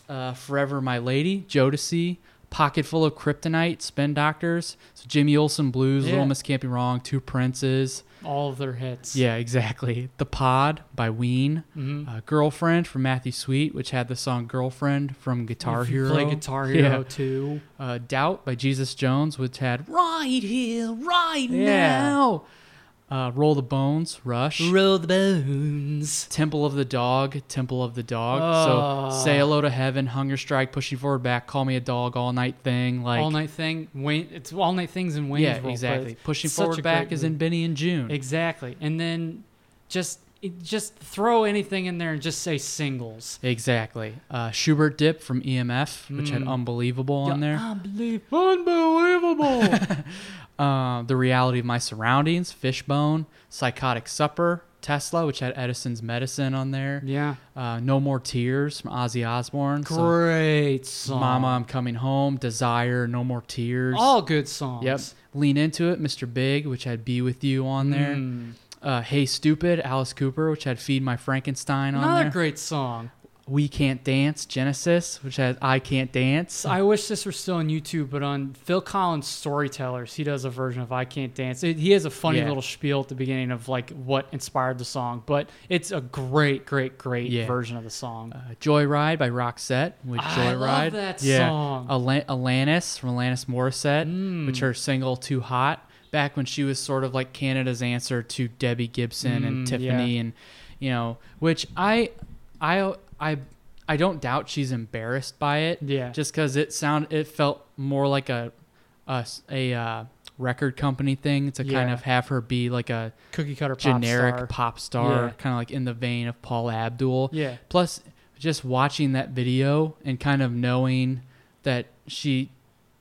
[SPEAKER 5] Uh, Forever My Lady, Jodeci, Pocket Full of Kryptonite, Spin Doctors, so Jimmy Olsen Blues,
[SPEAKER 4] Yeah.
[SPEAKER 5] Little Miss Can't Be Wrong, Two Princes.
[SPEAKER 4] All of their hits.
[SPEAKER 5] Yeah, exactly. The Pod by Ween,
[SPEAKER 4] Mm-hmm.
[SPEAKER 5] uh, Girlfriend from Matthew Sweet, which had the song Girlfriend from Guitar
[SPEAKER 4] If you
[SPEAKER 5] Hero.
[SPEAKER 4] play Guitar Hero
[SPEAKER 5] Yeah.
[SPEAKER 4] too.
[SPEAKER 5] Uh, Doubt by Jesus Jones, which had Right Here, Right
[SPEAKER 4] Yeah.
[SPEAKER 5] Now. Uh, Roll the Bones, Rush.
[SPEAKER 4] Roll the bones.
[SPEAKER 5] Temple of the Dog, Temple of the Dog.
[SPEAKER 4] Ah.
[SPEAKER 5] So Say Hello to Heaven, Hunger Strike, Pushing Forward Back, Call Me a Dog, All Night Thing. Like,
[SPEAKER 4] all night thing. Wayne, it's all night things in Wayne's
[SPEAKER 5] Yeah,
[SPEAKER 4] World, but
[SPEAKER 5] exactly.
[SPEAKER 4] it's
[SPEAKER 5] Pushing
[SPEAKER 4] such a
[SPEAKER 5] Forward Back
[SPEAKER 4] great
[SPEAKER 5] is in
[SPEAKER 4] movie.
[SPEAKER 5] Benny and June.
[SPEAKER 4] Exactly, and then just it, just throw anything in there and just say singles.
[SPEAKER 5] Exactly. Uh, Schubert Dip from EMF, which
[SPEAKER 4] Hmm.
[SPEAKER 5] had Unbelievable on
[SPEAKER 4] uh-huh.
[SPEAKER 5] there.
[SPEAKER 4] Unbelievable. Unbelievable.
[SPEAKER 5] Uh, the Reality of My Surroundings, Fishbone, Psychotic Supper, Tesla, which had Edison's Medicine on there.
[SPEAKER 4] yeah.
[SPEAKER 5] Uh, no More Tears from Ozzy Osbourne. so
[SPEAKER 4] Great song.
[SPEAKER 5] Mama, I'm Coming Home, Desire, No More Tears.
[SPEAKER 4] All good songs.
[SPEAKER 5] Yep. Lean Into It, Mr. Big, which had Be With You on there. Uh, hey Stupid, Alice Cooper, which had Feed My Frankenstein on
[SPEAKER 4] Another
[SPEAKER 5] there.
[SPEAKER 4] great song.
[SPEAKER 5] we Can't Dance, Genesis, which had I Can't Dance.
[SPEAKER 4] I wish this were still on YouTube, but on Phil Collins' Storytellers, he does a version of "I Can't Dance." It, he has a funny
[SPEAKER 5] Yeah.
[SPEAKER 4] little spiel at the beginning of like what inspired the song, but it's a great, great, great
[SPEAKER 5] Yeah.
[SPEAKER 4] version of the song.
[SPEAKER 5] Uh, Joyride by Roxette with
[SPEAKER 4] I love
[SPEAKER 5] Joyride.
[SPEAKER 4] that song. Mm.
[SPEAKER 5] Ala- Alanis from Alanis Morissette, which her single Too Hot, back when she was sort of like Canada's answer to Debbie Gibson and Tiffany
[SPEAKER 4] Mm, yeah.
[SPEAKER 5] and you know, which I I I I don't doubt she's embarrassed by it.
[SPEAKER 4] Yeah.
[SPEAKER 5] Just cuz it sound it felt more like a a s- a, uh, record company thing to kind
[SPEAKER 4] Yeah.
[SPEAKER 5] of have her be like a
[SPEAKER 4] Cookie cutter pop
[SPEAKER 5] generic
[SPEAKER 4] star.
[SPEAKER 5] pop star,
[SPEAKER 4] Yeah.
[SPEAKER 5] kind of like in the vein of Paul Abdul.
[SPEAKER 4] Yeah.
[SPEAKER 5] Plus, just watching that video and kind of knowing that she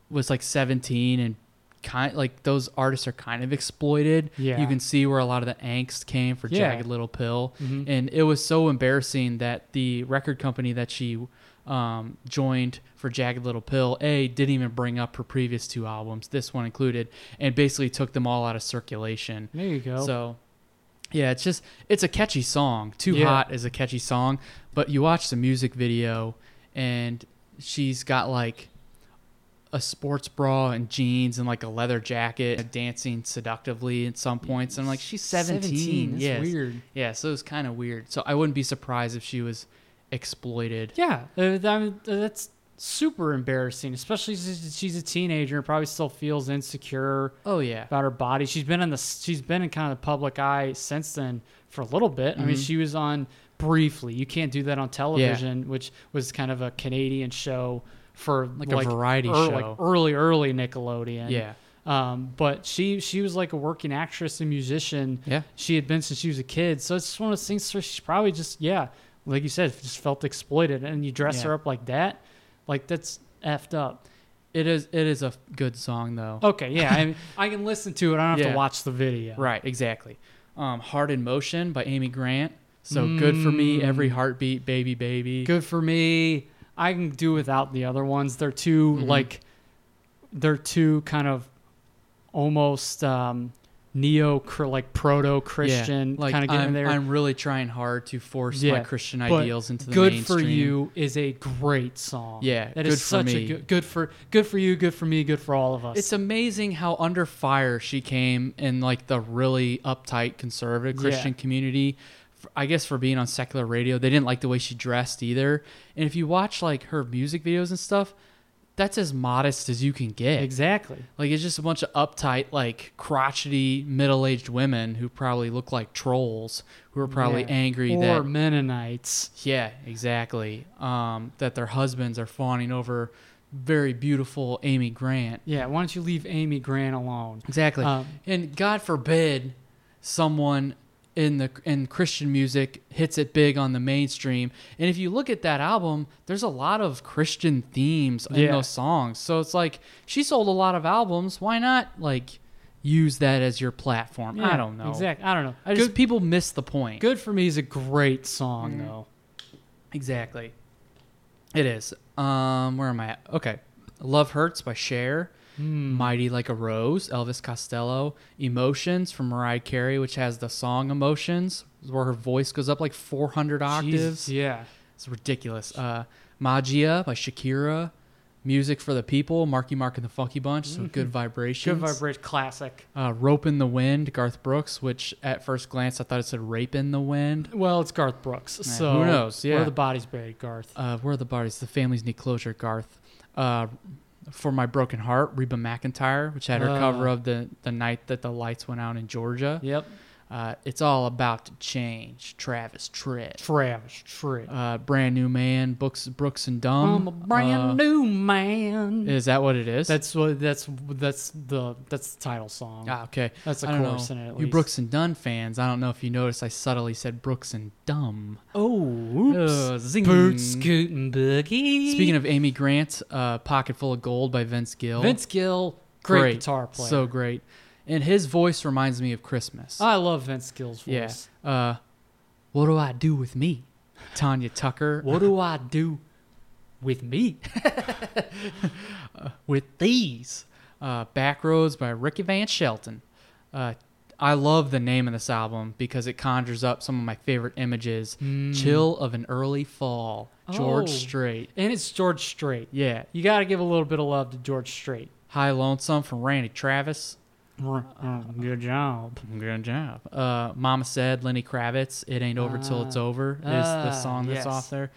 [SPEAKER 5] was like 17 and kind like those artists are kind of exploited.
[SPEAKER 4] Yeah.
[SPEAKER 5] You can see where a lot of the angst came for
[SPEAKER 4] Yeah. Mm-hmm.
[SPEAKER 5] Jagged Little Pill, and it was so embarrassing that the record company that she um, joined for Jagged Little Pill, A, didn't even bring up her previous two albums, this one included, and basically took them all out of circulation.
[SPEAKER 4] There you go.
[SPEAKER 5] So, yeah, it's just, it's a catchy song. Too
[SPEAKER 4] Yeah.
[SPEAKER 5] Hot is a catchy song, but you watch the music video and she's got like a sports bra and jeans and like a leather jacket and dancing seductively at some points. And I'm like, she's 17.
[SPEAKER 4] 17, that's
[SPEAKER 5] yes.
[SPEAKER 4] weird.
[SPEAKER 5] Yeah, so it's kind of weird. So I wouldn't be surprised if she was exploited.
[SPEAKER 4] Yeah, uh, that- uh, that's super embarrassing, especially since she's a teenager and probably still feels insecure
[SPEAKER 5] Oh, yeah.
[SPEAKER 4] about her body. She's been in the she's been in kind of the public eye since then for a little bit. I mean,
[SPEAKER 5] Mm-hmm.
[SPEAKER 4] she was on briefly. You can't do that on television, which was kind of a Canadian show for like,
[SPEAKER 5] a variety
[SPEAKER 4] ear-
[SPEAKER 5] show.
[SPEAKER 4] like early early Nickelodeon.
[SPEAKER 5] Yeah.
[SPEAKER 4] Um, but she she was like a working actress and musician.
[SPEAKER 5] Yeah.
[SPEAKER 4] She had been since she was a kid. So it's just one of those things where she's probably just yeah, like you said, just felt exploited. And you dress
[SPEAKER 5] Yeah.
[SPEAKER 4] her up like that, like that's effed up.
[SPEAKER 5] It is it is a good song though.
[SPEAKER 4] Okay, yeah, I, mean, I can listen to it. I don't have
[SPEAKER 5] Yeah.
[SPEAKER 4] to watch the video.
[SPEAKER 5] Right, exactly. Um, Heart in Motion by Amy Grant. So good for me, every heartbeat, baby, baby.
[SPEAKER 4] Mm. good for me. I can do without the other ones. They're too
[SPEAKER 5] Mm-hmm.
[SPEAKER 4] like they're too kind of almost um neo like proto Christian
[SPEAKER 5] like,
[SPEAKER 4] kind of getting
[SPEAKER 5] I'm,
[SPEAKER 4] there.
[SPEAKER 5] I'm really trying hard to force my Christian
[SPEAKER 4] but
[SPEAKER 5] ideals into the
[SPEAKER 4] Good
[SPEAKER 5] mainstream.
[SPEAKER 4] for you is a great song.
[SPEAKER 5] Yeah,
[SPEAKER 4] that is
[SPEAKER 5] Good for
[SPEAKER 4] such
[SPEAKER 5] Me.
[SPEAKER 4] a good, good for good for you, good for me, good for all of us.
[SPEAKER 5] It's amazing how under fire she came in like the really uptight conservative
[SPEAKER 4] Yeah.
[SPEAKER 5] Christian community. F- I guess for being on secular radio, they didn't like the way she dressed either. And if you watch like her music videos and stuff, that's as modest as you can get.
[SPEAKER 4] exactly.
[SPEAKER 5] Like it's just a bunch of uptight, like crotchety middle-aged women who probably look like trolls, who are probably
[SPEAKER 4] Yeah.
[SPEAKER 5] angry
[SPEAKER 4] or
[SPEAKER 5] that
[SPEAKER 4] Mennonites.
[SPEAKER 5] yeah, exactly, um, that their husbands are fawning over very beautiful Amy Grant.
[SPEAKER 4] Yeah, why don't you leave Amy Grant alone?
[SPEAKER 5] Exactly,
[SPEAKER 4] Um,
[SPEAKER 5] and God forbid someone in the in Christian music hits it big on the mainstream. And if you look at that album, there's a lot of Christian themes in
[SPEAKER 4] Yeah.
[SPEAKER 5] those songs. So it's like she sold a lot of albums. Why not like use that as your platform? I
[SPEAKER 4] Yeah,
[SPEAKER 5] don't know.
[SPEAKER 4] Exactly. I don't know.
[SPEAKER 5] I
[SPEAKER 4] good,
[SPEAKER 5] just people miss the point.
[SPEAKER 4] good for me is a great song
[SPEAKER 5] Mm-hmm.
[SPEAKER 4] though.
[SPEAKER 5] Exactly. It is. Um, where am I at? Okay. Love Hurts by Cher. Mighty Like a Rose, Elvis Costello. Emotions from Mariah Carey, which has the song Emotions, where her voice goes up like 400 octaves.
[SPEAKER 4] Jesus, yeah.
[SPEAKER 5] It's ridiculous. Uh, Magia by Shakira. Music for the People, Marky Mark and the Funky Bunch, so good
[SPEAKER 4] Good
[SPEAKER 5] vibrations.
[SPEAKER 4] Vibration classic.
[SPEAKER 5] uh, Rope in the Wind, Garth Brooks, which at first glance I thought it said Rape in the Wind.
[SPEAKER 4] Well, it's Garth Brooks, so
[SPEAKER 5] who knows? Yeah.
[SPEAKER 4] where the body's buried, Garth.
[SPEAKER 5] uh, where are the bodies? The families need closure, Garth. Uh, for my broken heart, Reba McIntyre, which had her
[SPEAKER 4] Ah.
[SPEAKER 5] cover of the the night that the lights went out in Georgia.
[SPEAKER 4] Yep,
[SPEAKER 5] Uh, it's all about to change. Travis Tritt,
[SPEAKER 4] Travis Tritt.
[SPEAKER 5] uh, brand new man, books Brooks and
[SPEAKER 4] I'm
[SPEAKER 5] Dumb.
[SPEAKER 4] a Oh, brand
[SPEAKER 5] Uh,
[SPEAKER 4] new man.
[SPEAKER 5] Is that what it is?
[SPEAKER 4] That's what. That's that's the that's the title song.
[SPEAKER 5] ah, okay.
[SPEAKER 4] That's a
[SPEAKER 5] I don't know.
[SPEAKER 4] chorus in it, at
[SPEAKER 5] You
[SPEAKER 4] least.
[SPEAKER 5] Brooks and Dunn fans, I don't know if you noticed. I subtly said Brooks and Dumb.
[SPEAKER 4] Oh, oops.
[SPEAKER 5] Uh, zing.
[SPEAKER 4] Boot scootin' boogie.
[SPEAKER 5] Speaking of Amy Grant, uh, "Pocket Full of Gold" by Vince Gill.
[SPEAKER 4] Vince Gill, great, guitar player.
[SPEAKER 5] So great. And his voice reminds me of Christmas.
[SPEAKER 4] I love Vince Gill's
[SPEAKER 5] yeah.
[SPEAKER 4] voice.
[SPEAKER 5] Uh, what do I do with me? Tanya Tucker.
[SPEAKER 4] What do I do with me?
[SPEAKER 5] with these? Uh, Backroads by Ricky Van Shelton. Uh, I love the name of this album because it conjures up some of my favorite images. Chill of an Early Fall, George
[SPEAKER 4] Mm. Oh.
[SPEAKER 5] Strait.
[SPEAKER 4] And it's George Strait.
[SPEAKER 5] Yeah.
[SPEAKER 4] You got to give a little bit of love to George Strait.
[SPEAKER 5] High Lonesome from Randy Travis.
[SPEAKER 4] Good job.
[SPEAKER 5] Good job. Uh, Mama said Lenny Kravitz, "It ain't over till it's over" is the
[SPEAKER 4] ah,
[SPEAKER 5] song
[SPEAKER 4] yes.
[SPEAKER 5] that's off there.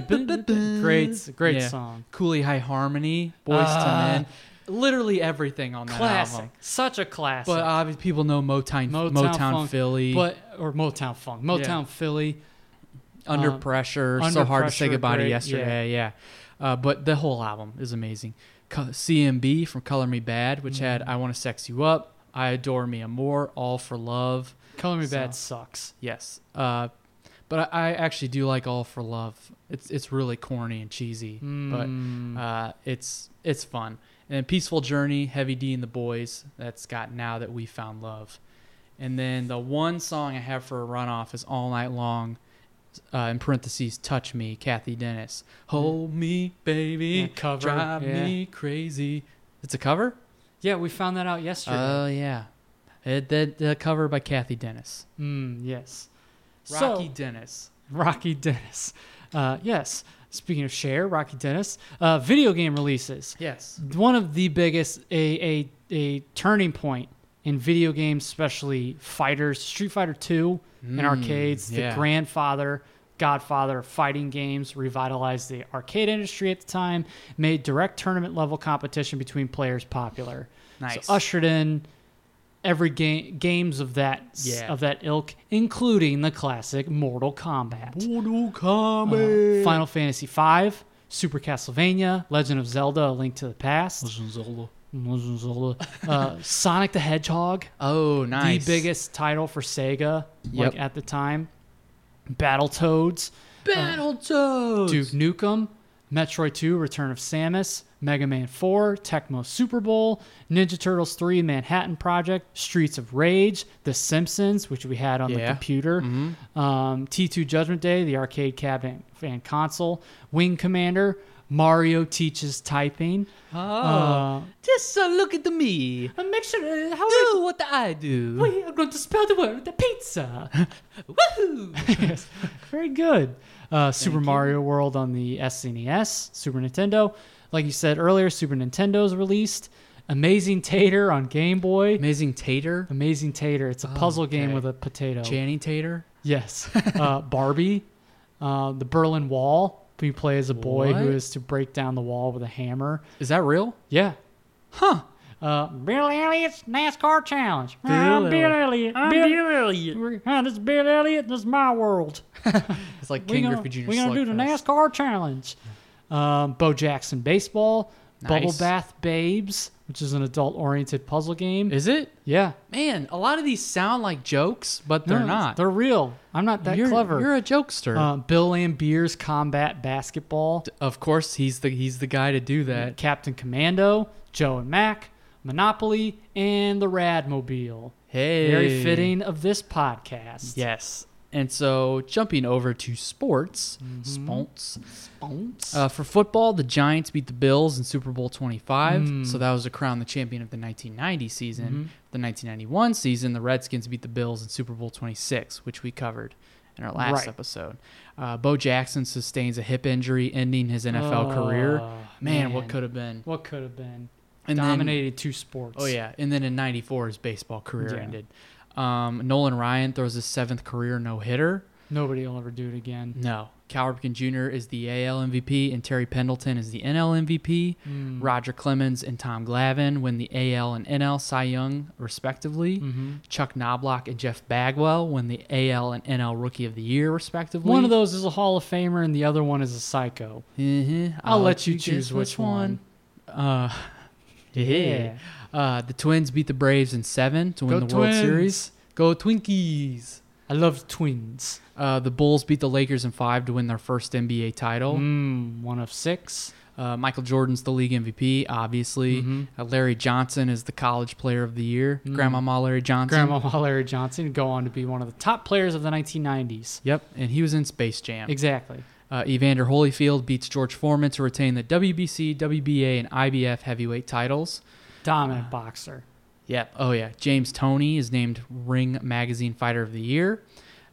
[SPEAKER 4] Great, great
[SPEAKER 5] Yeah.
[SPEAKER 4] song.
[SPEAKER 5] Cooley High Harmony, Boys
[SPEAKER 4] Ah.
[SPEAKER 5] to Men, literally everything on that
[SPEAKER 4] Classic.
[SPEAKER 5] album.
[SPEAKER 4] Such a classic.
[SPEAKER 5] But obviously, people know Motown, Motown,
[SPEAKER 4] funk,
[SPEAKER 5] Philly,
[SPEAKER 4] uh, but or Motown funk, Motown
[SPEAKER 5] Yeah.
[SPEAKER 4] Philly.
[SPEAKER 5] Under
[SPEAKER 4] um,
[SPEAKER 5] Pressure,
[SPEAKER 4] Under
[SPEAKER 5] So Hard to Say
[SPEAKER 4] Pressure,
[SPEAKER 5] Goodbye
[SPEAKER 4] great,
[SPEAKER 5] to
[SPEAKER 4] yeah.
[SPEAKER 5] Yesterday, yeah. Uh, but the whole album is amazing. Co- CMB from Color Me Bad, which had
[SPEAKER 4] Mm.
[SPEAKER 5] "I Want to Sex You Up," "I Adore Me More," "All for Love."
[SPEAKER 4] Color Me
[SPEAKER 5] So-
[SPEAKER 4] Bad sucks.
[SPEAKER 5] Yes. Uh, but I, I actually do like All for Love. It's it's really corny and cheesy,
[SPEAKER 4] Hmm.
[SPEAKER 5] but uh, it's it's fun. And then Peaceful Journey, Heavy D and the Boys. That's got now that we found love. And then the one song I have for a runoff is All Night Long uh, in parentheses, touch me, Kathy Dennis. Hold me,
[SPEAKER 4] Hmm.
[SPEAKER 5] baby.
[SPEAKER 4] Yeah, cover,
[SPEAKER 5] Drive me crazy. It's a cover?
[SPEAKER 4] Yeah, we found that out yesterday.
[SPEAKER 5] Oh, yeah. It, that the cover by Kathy Dennis.
[SPEAKER 4] mm, yes.
[SPEAKER 5] Rocky
[SPEAKER 4] so,
[SPEAKER 5] Dennis.
[SPEAKER 4] Rocky Dennis. Uh, yes. Speaking of Cher, Rocky Dennis. Uh, video game releases.
[SPEAKER 5] Yes.
[SPEAKER 4] One of the biggest, a, a, a turning point in video games, especially fighters, Street Fighter 2 in arcades, the
[SPEAKER 5] Hmm, yeah.
[SPEAKER 4] grandfather, godfather of fighting games, revitalized the arcade industry at the time, made direct tournament level competition between players popular.
[SPEAKER 5] Nice.
[SPEAKER 4] So ushered in every game games of that s-
[SPEAKER 5] Yeah.
[SPEAKER 4] of that ilk, including the classic Mortal Kombat,
[SPEAKER 5] Mortal
[SPEAKER 4] Uh,
[SPEAKER 5] Kombat.
[SPEAKER 4] Final Fantasy V, Super Castlevania, Legend of Zelda: A Link to the Past, Legend of Zelda, uh, Sonic the Hedgehog,
[SPEAKER 5] Oh, nice.
[SPEAKER 4] the biggest title for Sega
[SPEAKER 5] Yep.
[SPEAKER 4] like at the time, Battletoads,
[SPEAKER 5] Battletoads.
[SPEAKER 4] Duke Nukem, Metroid 2 Return of Samus, Mega Man 4, Tecmo Super Bowl, Ninja Turtles 3 Manhattan Project, Streets of Rage, The Simpsons, which we had on the
[SPEAKER 5] Yeah. Mm-hmm.
[SPEAKER 4] computer, um, T2 Judgment Day, the arcade cabinet and console, Wing Commander, Mario Teaches Typing.
[SPEAKER 5] Oh. just uh, look at the me.
[SPEAKER 4] Uh, make sure, uh, how
[SPEAKER 5] Do what I do.
[SPEAKER 4] we are going to spell the word pizza. Woohoo! yes, very good. Uh, Super Mario World on the SNES, Super Nintendo. Like you said earlier, Super Nintendo's released. Amazing Tater on Game Boy.
[SPEAKER 5] Amazing Tater.
[SPEAKER 4] Amazing Tater. It's a puzzle game
[SPEAKER 5] okay.
[SPEAKER 4] with a potato.
[SPEAKER 5] Channing Tater.
[SPEAKER 4] yes. Uh, Barbie. Uh, the Berlin Wall. You play as a boy who
[SPEAKER 5] What?
[SPEAKER 4] is to break down the wall with a hammer.
[SPEAKER 5] Is that real?
[SPEAKER 4] Yeah. Huh. Uh, Bill Elliott's NASCAR Challenge. Bill I'm Bill
[SPEAKER 5] Elliott.
[SPEAKER 4] Elliott.
[SPEAKER 5] I'm
[SPEAKER 4] Bill,
[SPEAKER 5] Bill Elliott.
[SPEAKER 4] We're- Huh, this is Bill Elliott. This is my world.
[SPEAKER 5] It's like
[SPEAKER 4] We're
[SPEAKER 5] King
[SPEAKER 4] gonna,
[SPEAKER 5] Griffey Jr.
[SPEAKER 4] we gonna do the
[SPEAKER 5] Slugfest.
[SPEAKER 4] NASCAR Challenge. Um, Bo Jackson Baseball. Bubble
[SPEAKER 5] Nice.
[SPEAKER 4] Bath Babes, which is an adult-oriented puzzle game.
[SPEAKER 5] Is it?
[SPEAKER 4] yeah.
[SPEAKER 5] Man, a lot of these sound like jokes, but they're
[SPEAKER 4] No,
[SPEAKER 5] not.
[SPEAKER 4] They're real. I'm not that
[SPEAKER 5] you're,
[SPEAKER 4] clever.
[SPEAKER 5] You're a jokester.
[SPEAKER 4] uh, Bill Lambier's Combat Basketball.
[SPEAKER 5] of course, he's the he's the guy to do that.
[SPEAKER 4] Captain Commando. Joe and Mac. Monopoly. And the Radmobile.
[SPEAKER 5] Hey,
[SPEAKER 4] Very fitting of this podcast.
[SPEAKER 5] Yes. And so, jumping over to sports,
[SPEAKER 4] Mm-hmm.
[SPEAKER 5] sports. Uh, for football, the Giants beat the Bills in Super Bowl 25.
[SPEAKER 4] Hmm.
[SPEAKER 5] So that was to crown the champion of the 1990 season.
[SPEAKER 4] Mm-hmm.
[SPEAKER 5] The 1991 season, the Redskins beat the Bills in Super Bowl 26, which we covered in our last
[SPEAKER 4] Right.
[SPEAKER 5] episode. Uh, Bo Jackson sustains a hip injury, ending his NFL career.
[SPEAKER 4] Oh,
[SPEAKER 5] Man, what
[SPEAKER 4] man.
[SPEAKER 5] could have been?
[SPEAKER 4] What could have been?
[SPEAKER 5] And then-
[SPEAKER 4] Dominated two sports.
[SPEAKER 5] Oh yeah, and then in '94 his baseball career
[SPEAKER 4] Yeah.
[SPEAKER 5] ended. Um, Nolan Ryan throws his seventh career no hitter.
[SPEAKER 4] Nobody will ever do it again.
[SPEAKER 5] No, Cal Ripken Jr. is the AL MVP and Terry Pendleton is the NL MVP.
[SPEAKER 4] Hmm.
[SPEAKER 5] Roger Clemens and Tom Glavine win the AL and NL Cy Young respectively.
[SPEAKER 4] Mm-hmm.
[SPEAKER 5] Chuck Knoblock and Jeff Bagwell win the AL and NL Rookie of the Year respectively.
[SPEAKER 4] One of those is a Hall of Famer and the other one is a psycho.
[SPEAKER 5] Mhm.
[SPEAKER 4] I'll let you
[SPEAKER 5] guess
[SPEAKER 4] choose which one.
[SPEAKER 5] Uh, yeah. Uh, the Twins beat the Braves in seven to win
[SPEAKER 4] Go
[SPEAKER 5] the World
[SPEAKER 4] Twins.
[SPEAKER 5] Series. Go Twinkies.
[SPEAKER 4] I love twins.
[SPEAKER 5] Uh, the Bulls beat the Lakers in five to win their first NBA title.
[SPEAKER 4] Mm, one of six.
[SPEAKER 5] Uh, Michael Jordan's the league MVP, obviously. Uh, Larry Johnson is the college player of the year. Grandmama Larry Johnson.
[SPEAKER 4] Grandma Larry Johnson go on to be one of the top players of the 1990s.
[SPEAKER 5] Yep, and he was in Space Jam.
[SPEAKER 4] Exactly.
[SPEAKER 5] Uh, Evander Holyfield beats George Foreman to retain the WBC, WBA, and IBF heavyweight titles.
[SPEAKER 4] Dominant boxer.
[SPEAKER 5] Yep. Oh yeah. James Tony is named Ring Magazine Fighter of the Year.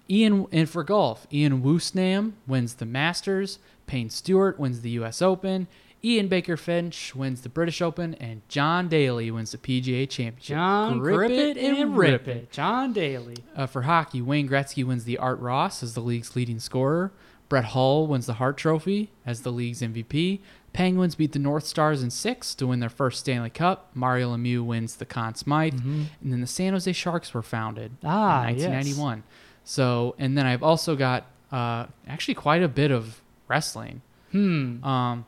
[SPEAKER 5] Ian and for golf, Ian Woosnam wins the Masters. Payne Stewart wins the U.S. Open. Ian Baker Finch wins the British Open, and John Daly wins the PGA Championship.
[SPEAKER 4] John
[SPEAKER 5] Grip it and rip it.
[SPEAKER 4] John Daly.
[SPEAKER 5] Uh, for hockey, Wayne Gretzky wins the Art Ross as the league's leading scorer. Brett Hull wins the Hart Trophy as the league's MVP. Penguins beat the North Stars in six to win their first Stanley Cup. Mario Lemieux wins the Conn Smythe. And then the San Jose Sharks were founded
[SPEAKER 4] Mm-hmm. Ah,
[SPEAKER 5] in
[SPEAKER 4] yes.
[SPEAKER 5] 1991. So, and then I've also got uh, actually quite a bit of wrestling. Hmm. Um,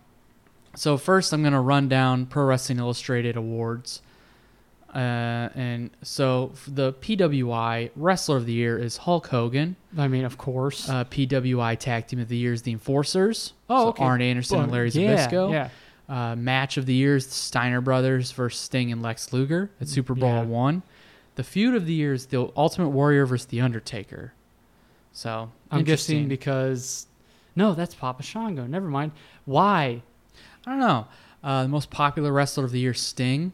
[SPEAKER 5] so first, I'm going to run down Pro Wrestling Illustrated awards. Uh, and so f- the PWI Wrestler of the Year is Hulk Hogan.
[SPEAKER 4] I mean, of course.
[SPEAKER 5] Uh, PWI Tag Team of the Year is the Enforcers.
[SPEAKER 4] Oh,
[SPEAKER 5] so
[SPEAKER 4] okay.
[SPEAKER 5] Arn Anderson and
[SPEAKER 4] Well,
[SPEAKER 5] Larry
[SPEAKER 4] yeah,
[SPEAKER 5] Zbysko.
[SPEAKER 4] yeah.
[SPEAKER 5] Uh, match of the Year is the Steiner Brothers versus Sting and Lex Luger at Super Bowl
[SPEAKER 4] Yeah.
[SPEAKER 5] One. The feud of the year is the Ultimate Warrior versus the Undertaker. So
[SPEAKER 4] Interesting
[SPEAKER 5] interesting.
[SPEAKER 4] because no, that's Papa Shango. Never mind. Why?
[SPEAKER 5] I don't know. Uh, the most popular wrestler of the year, Sting.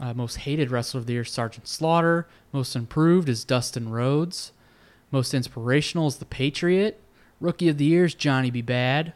[SPEAKER 5] Uh, most hated wrestler of the year, Sergeant Slaughter. Most improved is Dustin Rhodes. Most inspirational is The Patriot. Rookie of the year is Johnny B. Bad.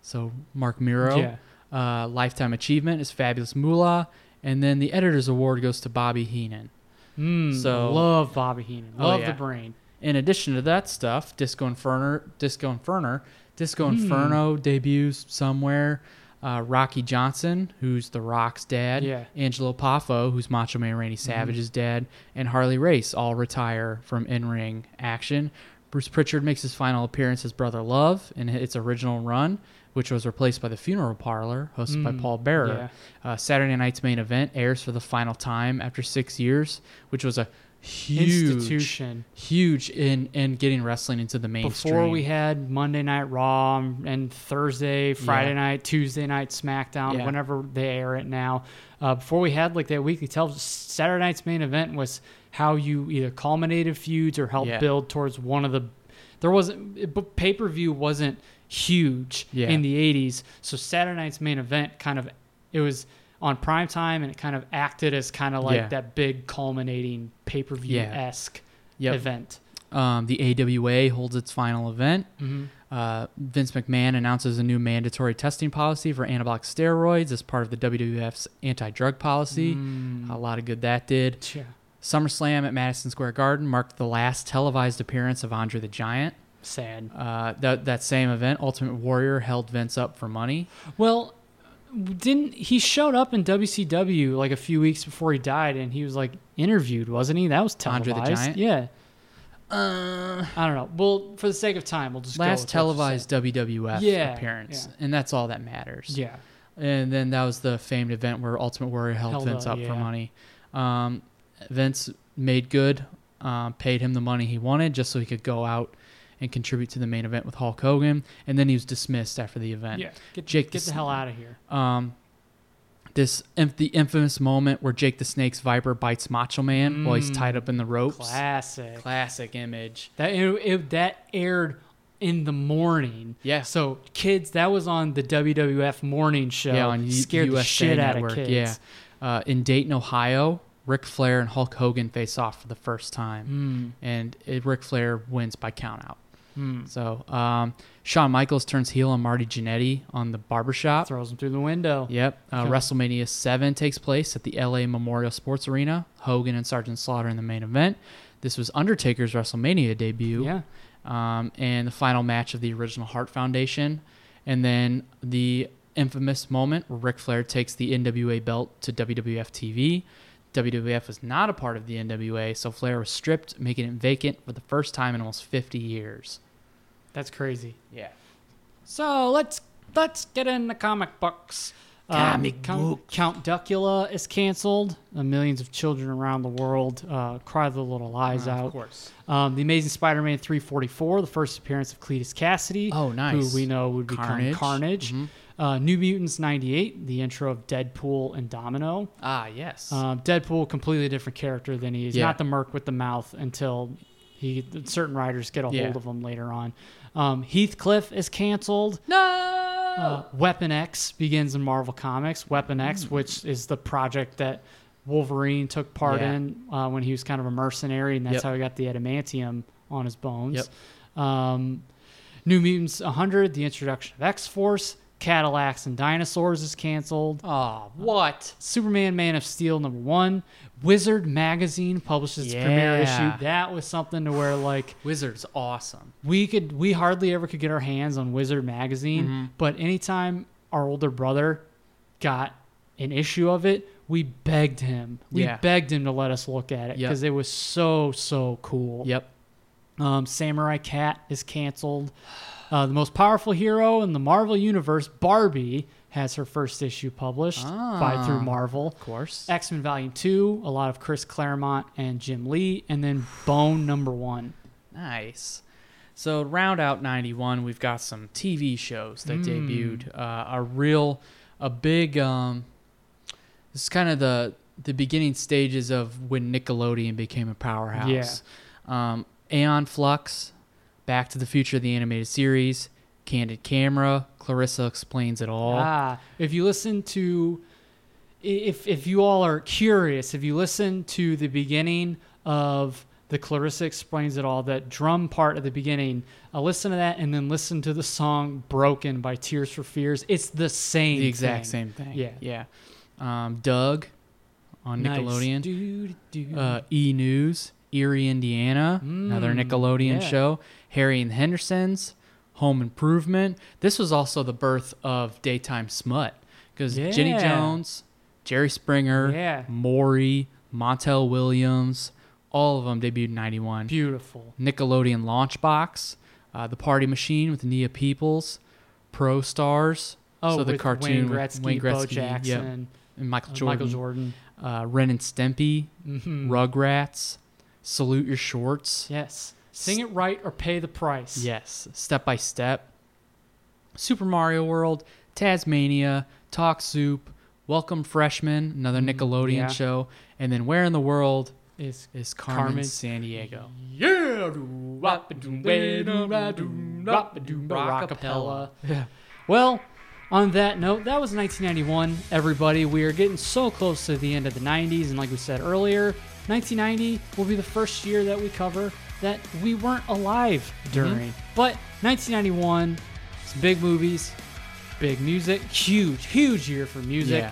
[SPEAKER 5] So Mark Miro.
[SPEAKER 4] Yeah.
[SPEAKER 5] Uh, lifetime achievement is Fabulous Moolah. And then the Editor's Award goes to Bobby Heenan. so
[SPEAKER 4] love Bobby Heenan.
[SPEAKER 5] Oh,
[SPEAKER 4] Love
[SPEAKER 5] yeah.
[SPEAKER 4] the brain.
[SPEAKER 5] In addition to that stuff, Disco Inferno, Disco Inferno, Disco
[SPEAKER 4] Hmm.
[SPEAKER 5] Inferno debuts somewhere. Uh, Rocky Johnson, who's The Rock's dad,
[SPEAKER 4] Yeah. Hmm.
[SPEAKER 5] Angelo Poffo, who's Macho Man Randy Savage's dad, and Harley Race all retire from in-ring action. Bruce Pritchard makes his final appearance as Brother Love in its original run, which was replaced by The Funeral Parlor, hosted
[SPEAKER 4] Hmm.
[SPEAKER 5] by Paul Bearer. Uh, Saturday night's main event airs for the final time after six years, which was a huge
[SPEAKER 4] Institution.
[SPEAKER 5] huge in in getting wrestling into the mainstream.
[SPEAKER 4] Before we had Monday Night Raw and Thursday, Friday
[SPEAKER 5] Yeah.
[SPEAKER 4] night, Tuesday night SmackDown,
[SPEAKER 5] Yeah.
[SPEAKER 4] whenever they air it now. Uh, before we had like that weekly television, Saturday night's main event was how you either culminated feuds or helped
[SPEAKER 5] Yeah.
[SPEAKER 4] build towards one of the. There wasn't, but pay per view wasn't huge
[SPEAKER 5] Yeah.
[SPEAKER 4] in the 80s. So Saturday night's main event kind of, it was on prime time and it kind of acted as kind of like
[SPEAKER 5] Yeah.
[SPEAKER 4] that big culminating pay per view esque
[SPEAKER 5] Yep.
[SPEAKER 4] event.
[SPEAKER 5] um, the AWA holds its final event.
[SPEAKER 4] Mm-hmm.
[SPEAKER 5] Uh, Vince McMahon announces a new mandatory testing policy for anabolic steroids as part of the WWF's anti-drug policy.
[SPEAKER 4] Mm.
[SPEAKER 5] A lot of good that did.
[SPEAKER 4] Yeah.
[SPEAKER 5] SummerSlam at Madison Square Garden marked the last televised appearance of Andre the Giant.
[SPEAKER 4] Sad.
[SPEAKER 5] Uh, that that same event, Ultimate Warrior held Vince up for money.
[SPEAKER 4] Well, didn't he showed up in WCW like a few weeks before he died, and he was like interviewed, wasn't he? That was televised.
[SPEAKER 5] Andre the Giant?
[SPEAKER 4] Yeah. I don't know. Well, for the sake of time, we'll just go with
[SPEAKER 5] Last
[SPEAKER 4] what you
[SPEAKER 5] televised WWF
[SPEAKER 4] Yeah,
[SPEAKER 5] appearance,
[SPEAKER 4] yeah.
[SPEAKER 5] and that's all that matters.
[SPEAKER 4] said. Yeah.
[SPEAKER 5] And then that was the famed event where Ultimate Warrior held,
[SPEAKER 4] Held
[SPEAKER 5] Vince
[SPEAKER 4] up,
[SPEAKER 5] up
[SPEAKER 4] yeah.
[SPEAKER 5] for money. Um, Vince made good, um, paid him the money he wanted just so he could go out and contribute to the main event with Hulk Hogan. And then he was dismissed after the event.
[SPEAKER 4] Yeah. Get,
[SPEAKER 5] Jake
[SPEAKER 4] get
[SPEAKER 5] the
[SPEAKER 4] the hell out of here.
[SPEAKER 5] This inf- the infamous moment where Jake the Snake's Viper bites Macho Man while he's tied up in the ropes.
[SPEAKER 4] Mm. Classic.
[SPEAKER 5] Classic image.
[SPEAKER 4] That it, it- that aired in the morning.
[SPEAKER 5] Yeah.
[SPEAKER 4] So kids, that was on the WWF morning show.
[SPEAKER 5] yeah, on U-
[SPEAKER 4] scared
[SPEAKER 5] USA
[SPEAKER 4] the shit
[SPEAKER 5] Network.
[SPEAKER 4] out of kids.
[SPEAKER 5] Yeah, uh, in Dayton, Ohio, Ric Flair and Hulk Hogan face off for the first
[SPEAKER 4] Hmm.
[SPEAKER 5] time, and it, Ric Flair wins by countout. So um, Shawn Michaels turns heel on Marty Jannetty on the barbershop.
[SPEAKER 4] Throws them through the window.
[SPEAKER 5] Yep. Uh, WrestleMania 7 takes place at the LA Memorial Sports Arena. Hogan and Sergeant Slaughter in the main event. This was Undertaker's WrestleMania debut.
[SPEAKER 4] Yeah.
[SPEAKER 5] Um, and the final match of the original Hart Foundation. And then the infamous moment where Ric Flair takes the NWA belt to WWF TV. WWF was not a part of the NWA, so Flair was stripped, making it vacant for the first time in almost 50 years.
[SPEAKER 4] That's crazy.
[SPEAKER 5] Yeah.
[SPEAKER 4] So let's let's get into comic books. Comic books. Count Duckula is canceled. Uh, millions of children around the world uh, cry their little eyes out. Uh, Of course. Um, the Amazing Spider-Man 344, the first appearance of Cletus Cassidy.
[SPEAKER 5] Oh, nice.
[SPEAKER 4] Who we know would become Carnage.
[SPEAKER 5] Carnage.
[SPEAKER 4] Uh, New Mutants 98, the intro of Deadpool and Domino.
[SPEAKER 5] Ah, yes.
[SPEAKER 4] Um, Deadpool, completely different character than he is.
[SPEAKER 5] Yeah.
[SPEAKER 4] Not the merc with the mouth until he certain writers get a
[SPEAKER 5] Yeah.
[SPEAKER 4] hold of him later on. Um, Heathcliff is canceled. No. Weapon X begins in Marvel Comics. Weapon X,
[SPEAKER 5] Hmm.
[SPEAKER 4] which is the project that Wolverine took part
[SPEAKER 5] Yeah.
[SPEAKER 4] in uh, when he was kind of a mercenary, and that's
[SPEAKER 5] Yep.
[SPEAKER 4] how he got the adamantium on his bones.
[SPEAKER 5] Yep.
[SPEAKER 4] Um, New Mutants 100, the introduction of X Force, Cadillacs and Dinosaurs is canceled.
[SPEAKER 5] oh, what?
[SPEAKER 4] Superman Man of Steel number one. Wizard magazine publishes its premiere
[SPEAKER 5] Yeah.
[SPEAKER 4] issue. That was something to where like
[SPEAKER 5] Wizard's awesome.
[SPEAKER 4] we could we hardly ever could get our hands on Wizard magazine,
[SPEAKER 5] Mm-hmm.
[SPEAKER 4] but anytime our older brother got an issue of it, we begged him. We
[SPEAKER 5] Yeah.
[SPEAKER 4] begged him to let us look at it
[SPEAKER 5] Yep.
[SPEAKER 4] because it was so so cool.
[SPEAKER 5] Yep.
[SPEAKER 4] Um, Samurai Cat is canceled. Uh, the most powerful hero in the Marvel universe, Barbie, has her first issue published by
[SPEAKER 5] Ah.
[SPEAKER 4] through Marvel. Of
[SPEAKER 5] course.
[SPEAKER 4] X Men Volume Two, a lot of Chris Claremont and Jim Lee, and then Bone Number One.
[SPEAKER 5] Nice. So to round out '91, we've got some TV shows that debuted. Uh, a real, a big. Um, this is kind of the the beginning stages of when Nickelodeon became a powerhouse. Um, Aeon Flux, Back to the Future, the animated series, Candid Camera, Clarissa explains it all.
[SPEAKER 4] Ah, if you listen to, i- if if you all are curious, if you listen to the beginning of the Clarissa explains it all, that drum part at the beginning, uh, listen to that, and then listen to the song "Broken" by Tears for Fears. It's the same,
[SPEAKER 5] the exact
[SPEAKER 4] thing.
[SPEAKER 5] same thing.
[SPEAKER 4] Yeah,
[SPEAKER 5] yeah. Um, Doug on
[SPEAKER 4] Nice.
[SPEAKER 5] Nickelodeon.
[SPEAKER 4] Doo, doo, doo.
[SPEAKER 5] uh, E News, Erie, Indiana, another Nickelodeon
[SPEAKER 4] Mm, yeah.
[SPEAKER 5] show, Harry and the Hendersons, Home Improvement. This was also the birth of daytime smut because Jenny
[SPEAKER 4] Yeah.
[SPEAKER 5] Jones, Jerry Springer,
[SPEAKER 4] Yeah.
[SPEAKER 5] Maury, Montel Williams, all of them debuted in '91.
[SPEAKER 4] beautiful.
[SPEAKER 5] Nickelodeon Launchbox, uh, The Party Machine with Nia Peoples, Pro Stars.
[SPEAKER 4] Oh,
[SPEAKER 5] so the
[SPEAKER 4] with
[SPEAKER 5] cartoon
[SPEAKER 4] Wayne
[SPEAKER 5] with
[SPEAKER 4] Gretzky,
[SPEAKER 5] Wayne
[SPEAKER 4] Bo
[SPEAKER 5] Gretzky, yep,
[SPEAKER 4] Jackson,
[SPEAKER 5] and Michael
[SPEAKER 4] uh,
[SPEAKER 5] Jordan,
[SPEAKER 4] Michael Jordan.
[SPEAKER 5] uh, Ren and Stimpy,
[SPEAKER 4] Mm-hmm.
[SPEAKER 5] Rugrats, Salute Your Shorts.
[SPEAKER 4] Yes, sing it right or pay the price.
[SPEAKER 5] Yes, Step by Step, Super Mario World, Tasmania, Talk Soup, Welcome Freshmen, another Nickelodeon
[SPEAKER 4] Mm-hmm. yeah.
[SPEAKER 5] show, and then Where in the World
[SPEAKER 4] It's
[SPEAKER 5] is Carmen,
[SPEAKER 4] Carmen.
[SPEAKER 5] San Diego?
[SPEAKER 4] Yeah, do wop do way do ra do wop do rockapella.
[SPEAKER 5] Yeah.
[SPEAKER 4] Well, on that note, that was 1991. Everybody, we are getting so close to the end of the 90s, and like we said earlier, 1990 will be the first year that we cover that we weren't alive during. But 1991, it's big movies, big music, huge, huge year for music.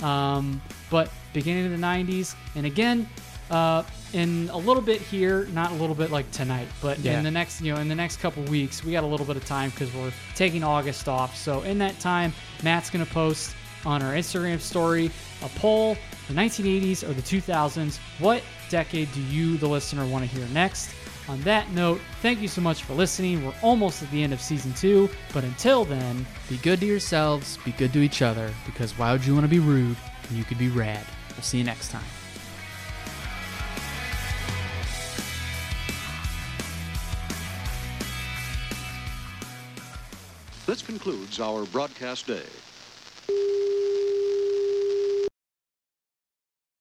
[SPEAKER 5] Yeah.
[SPEAKER 4] Um, but beginning of the 90s, and again, uh, in a little bit here, not a little bit like tonight, but
[SPEAKER 5] Yeah.
[SPEAKER 4] in the next, you know, in the next couple weeks, we got a little bit of time because we're taking August off. So in that time, Matt's gonna post on our Instagram story a poll: the 1980s or the 2000s. What decade do you, the listener, want to hear next? On that note, thank you so much for listening. We're almost at the end of season two, but until then,
[SPEAKER 5] Be good to yourselves, be good to each other, because why would you want to be rude when you could be rad? We'll see you next time.
[SPEAKER 1] This concludes our broadcast day.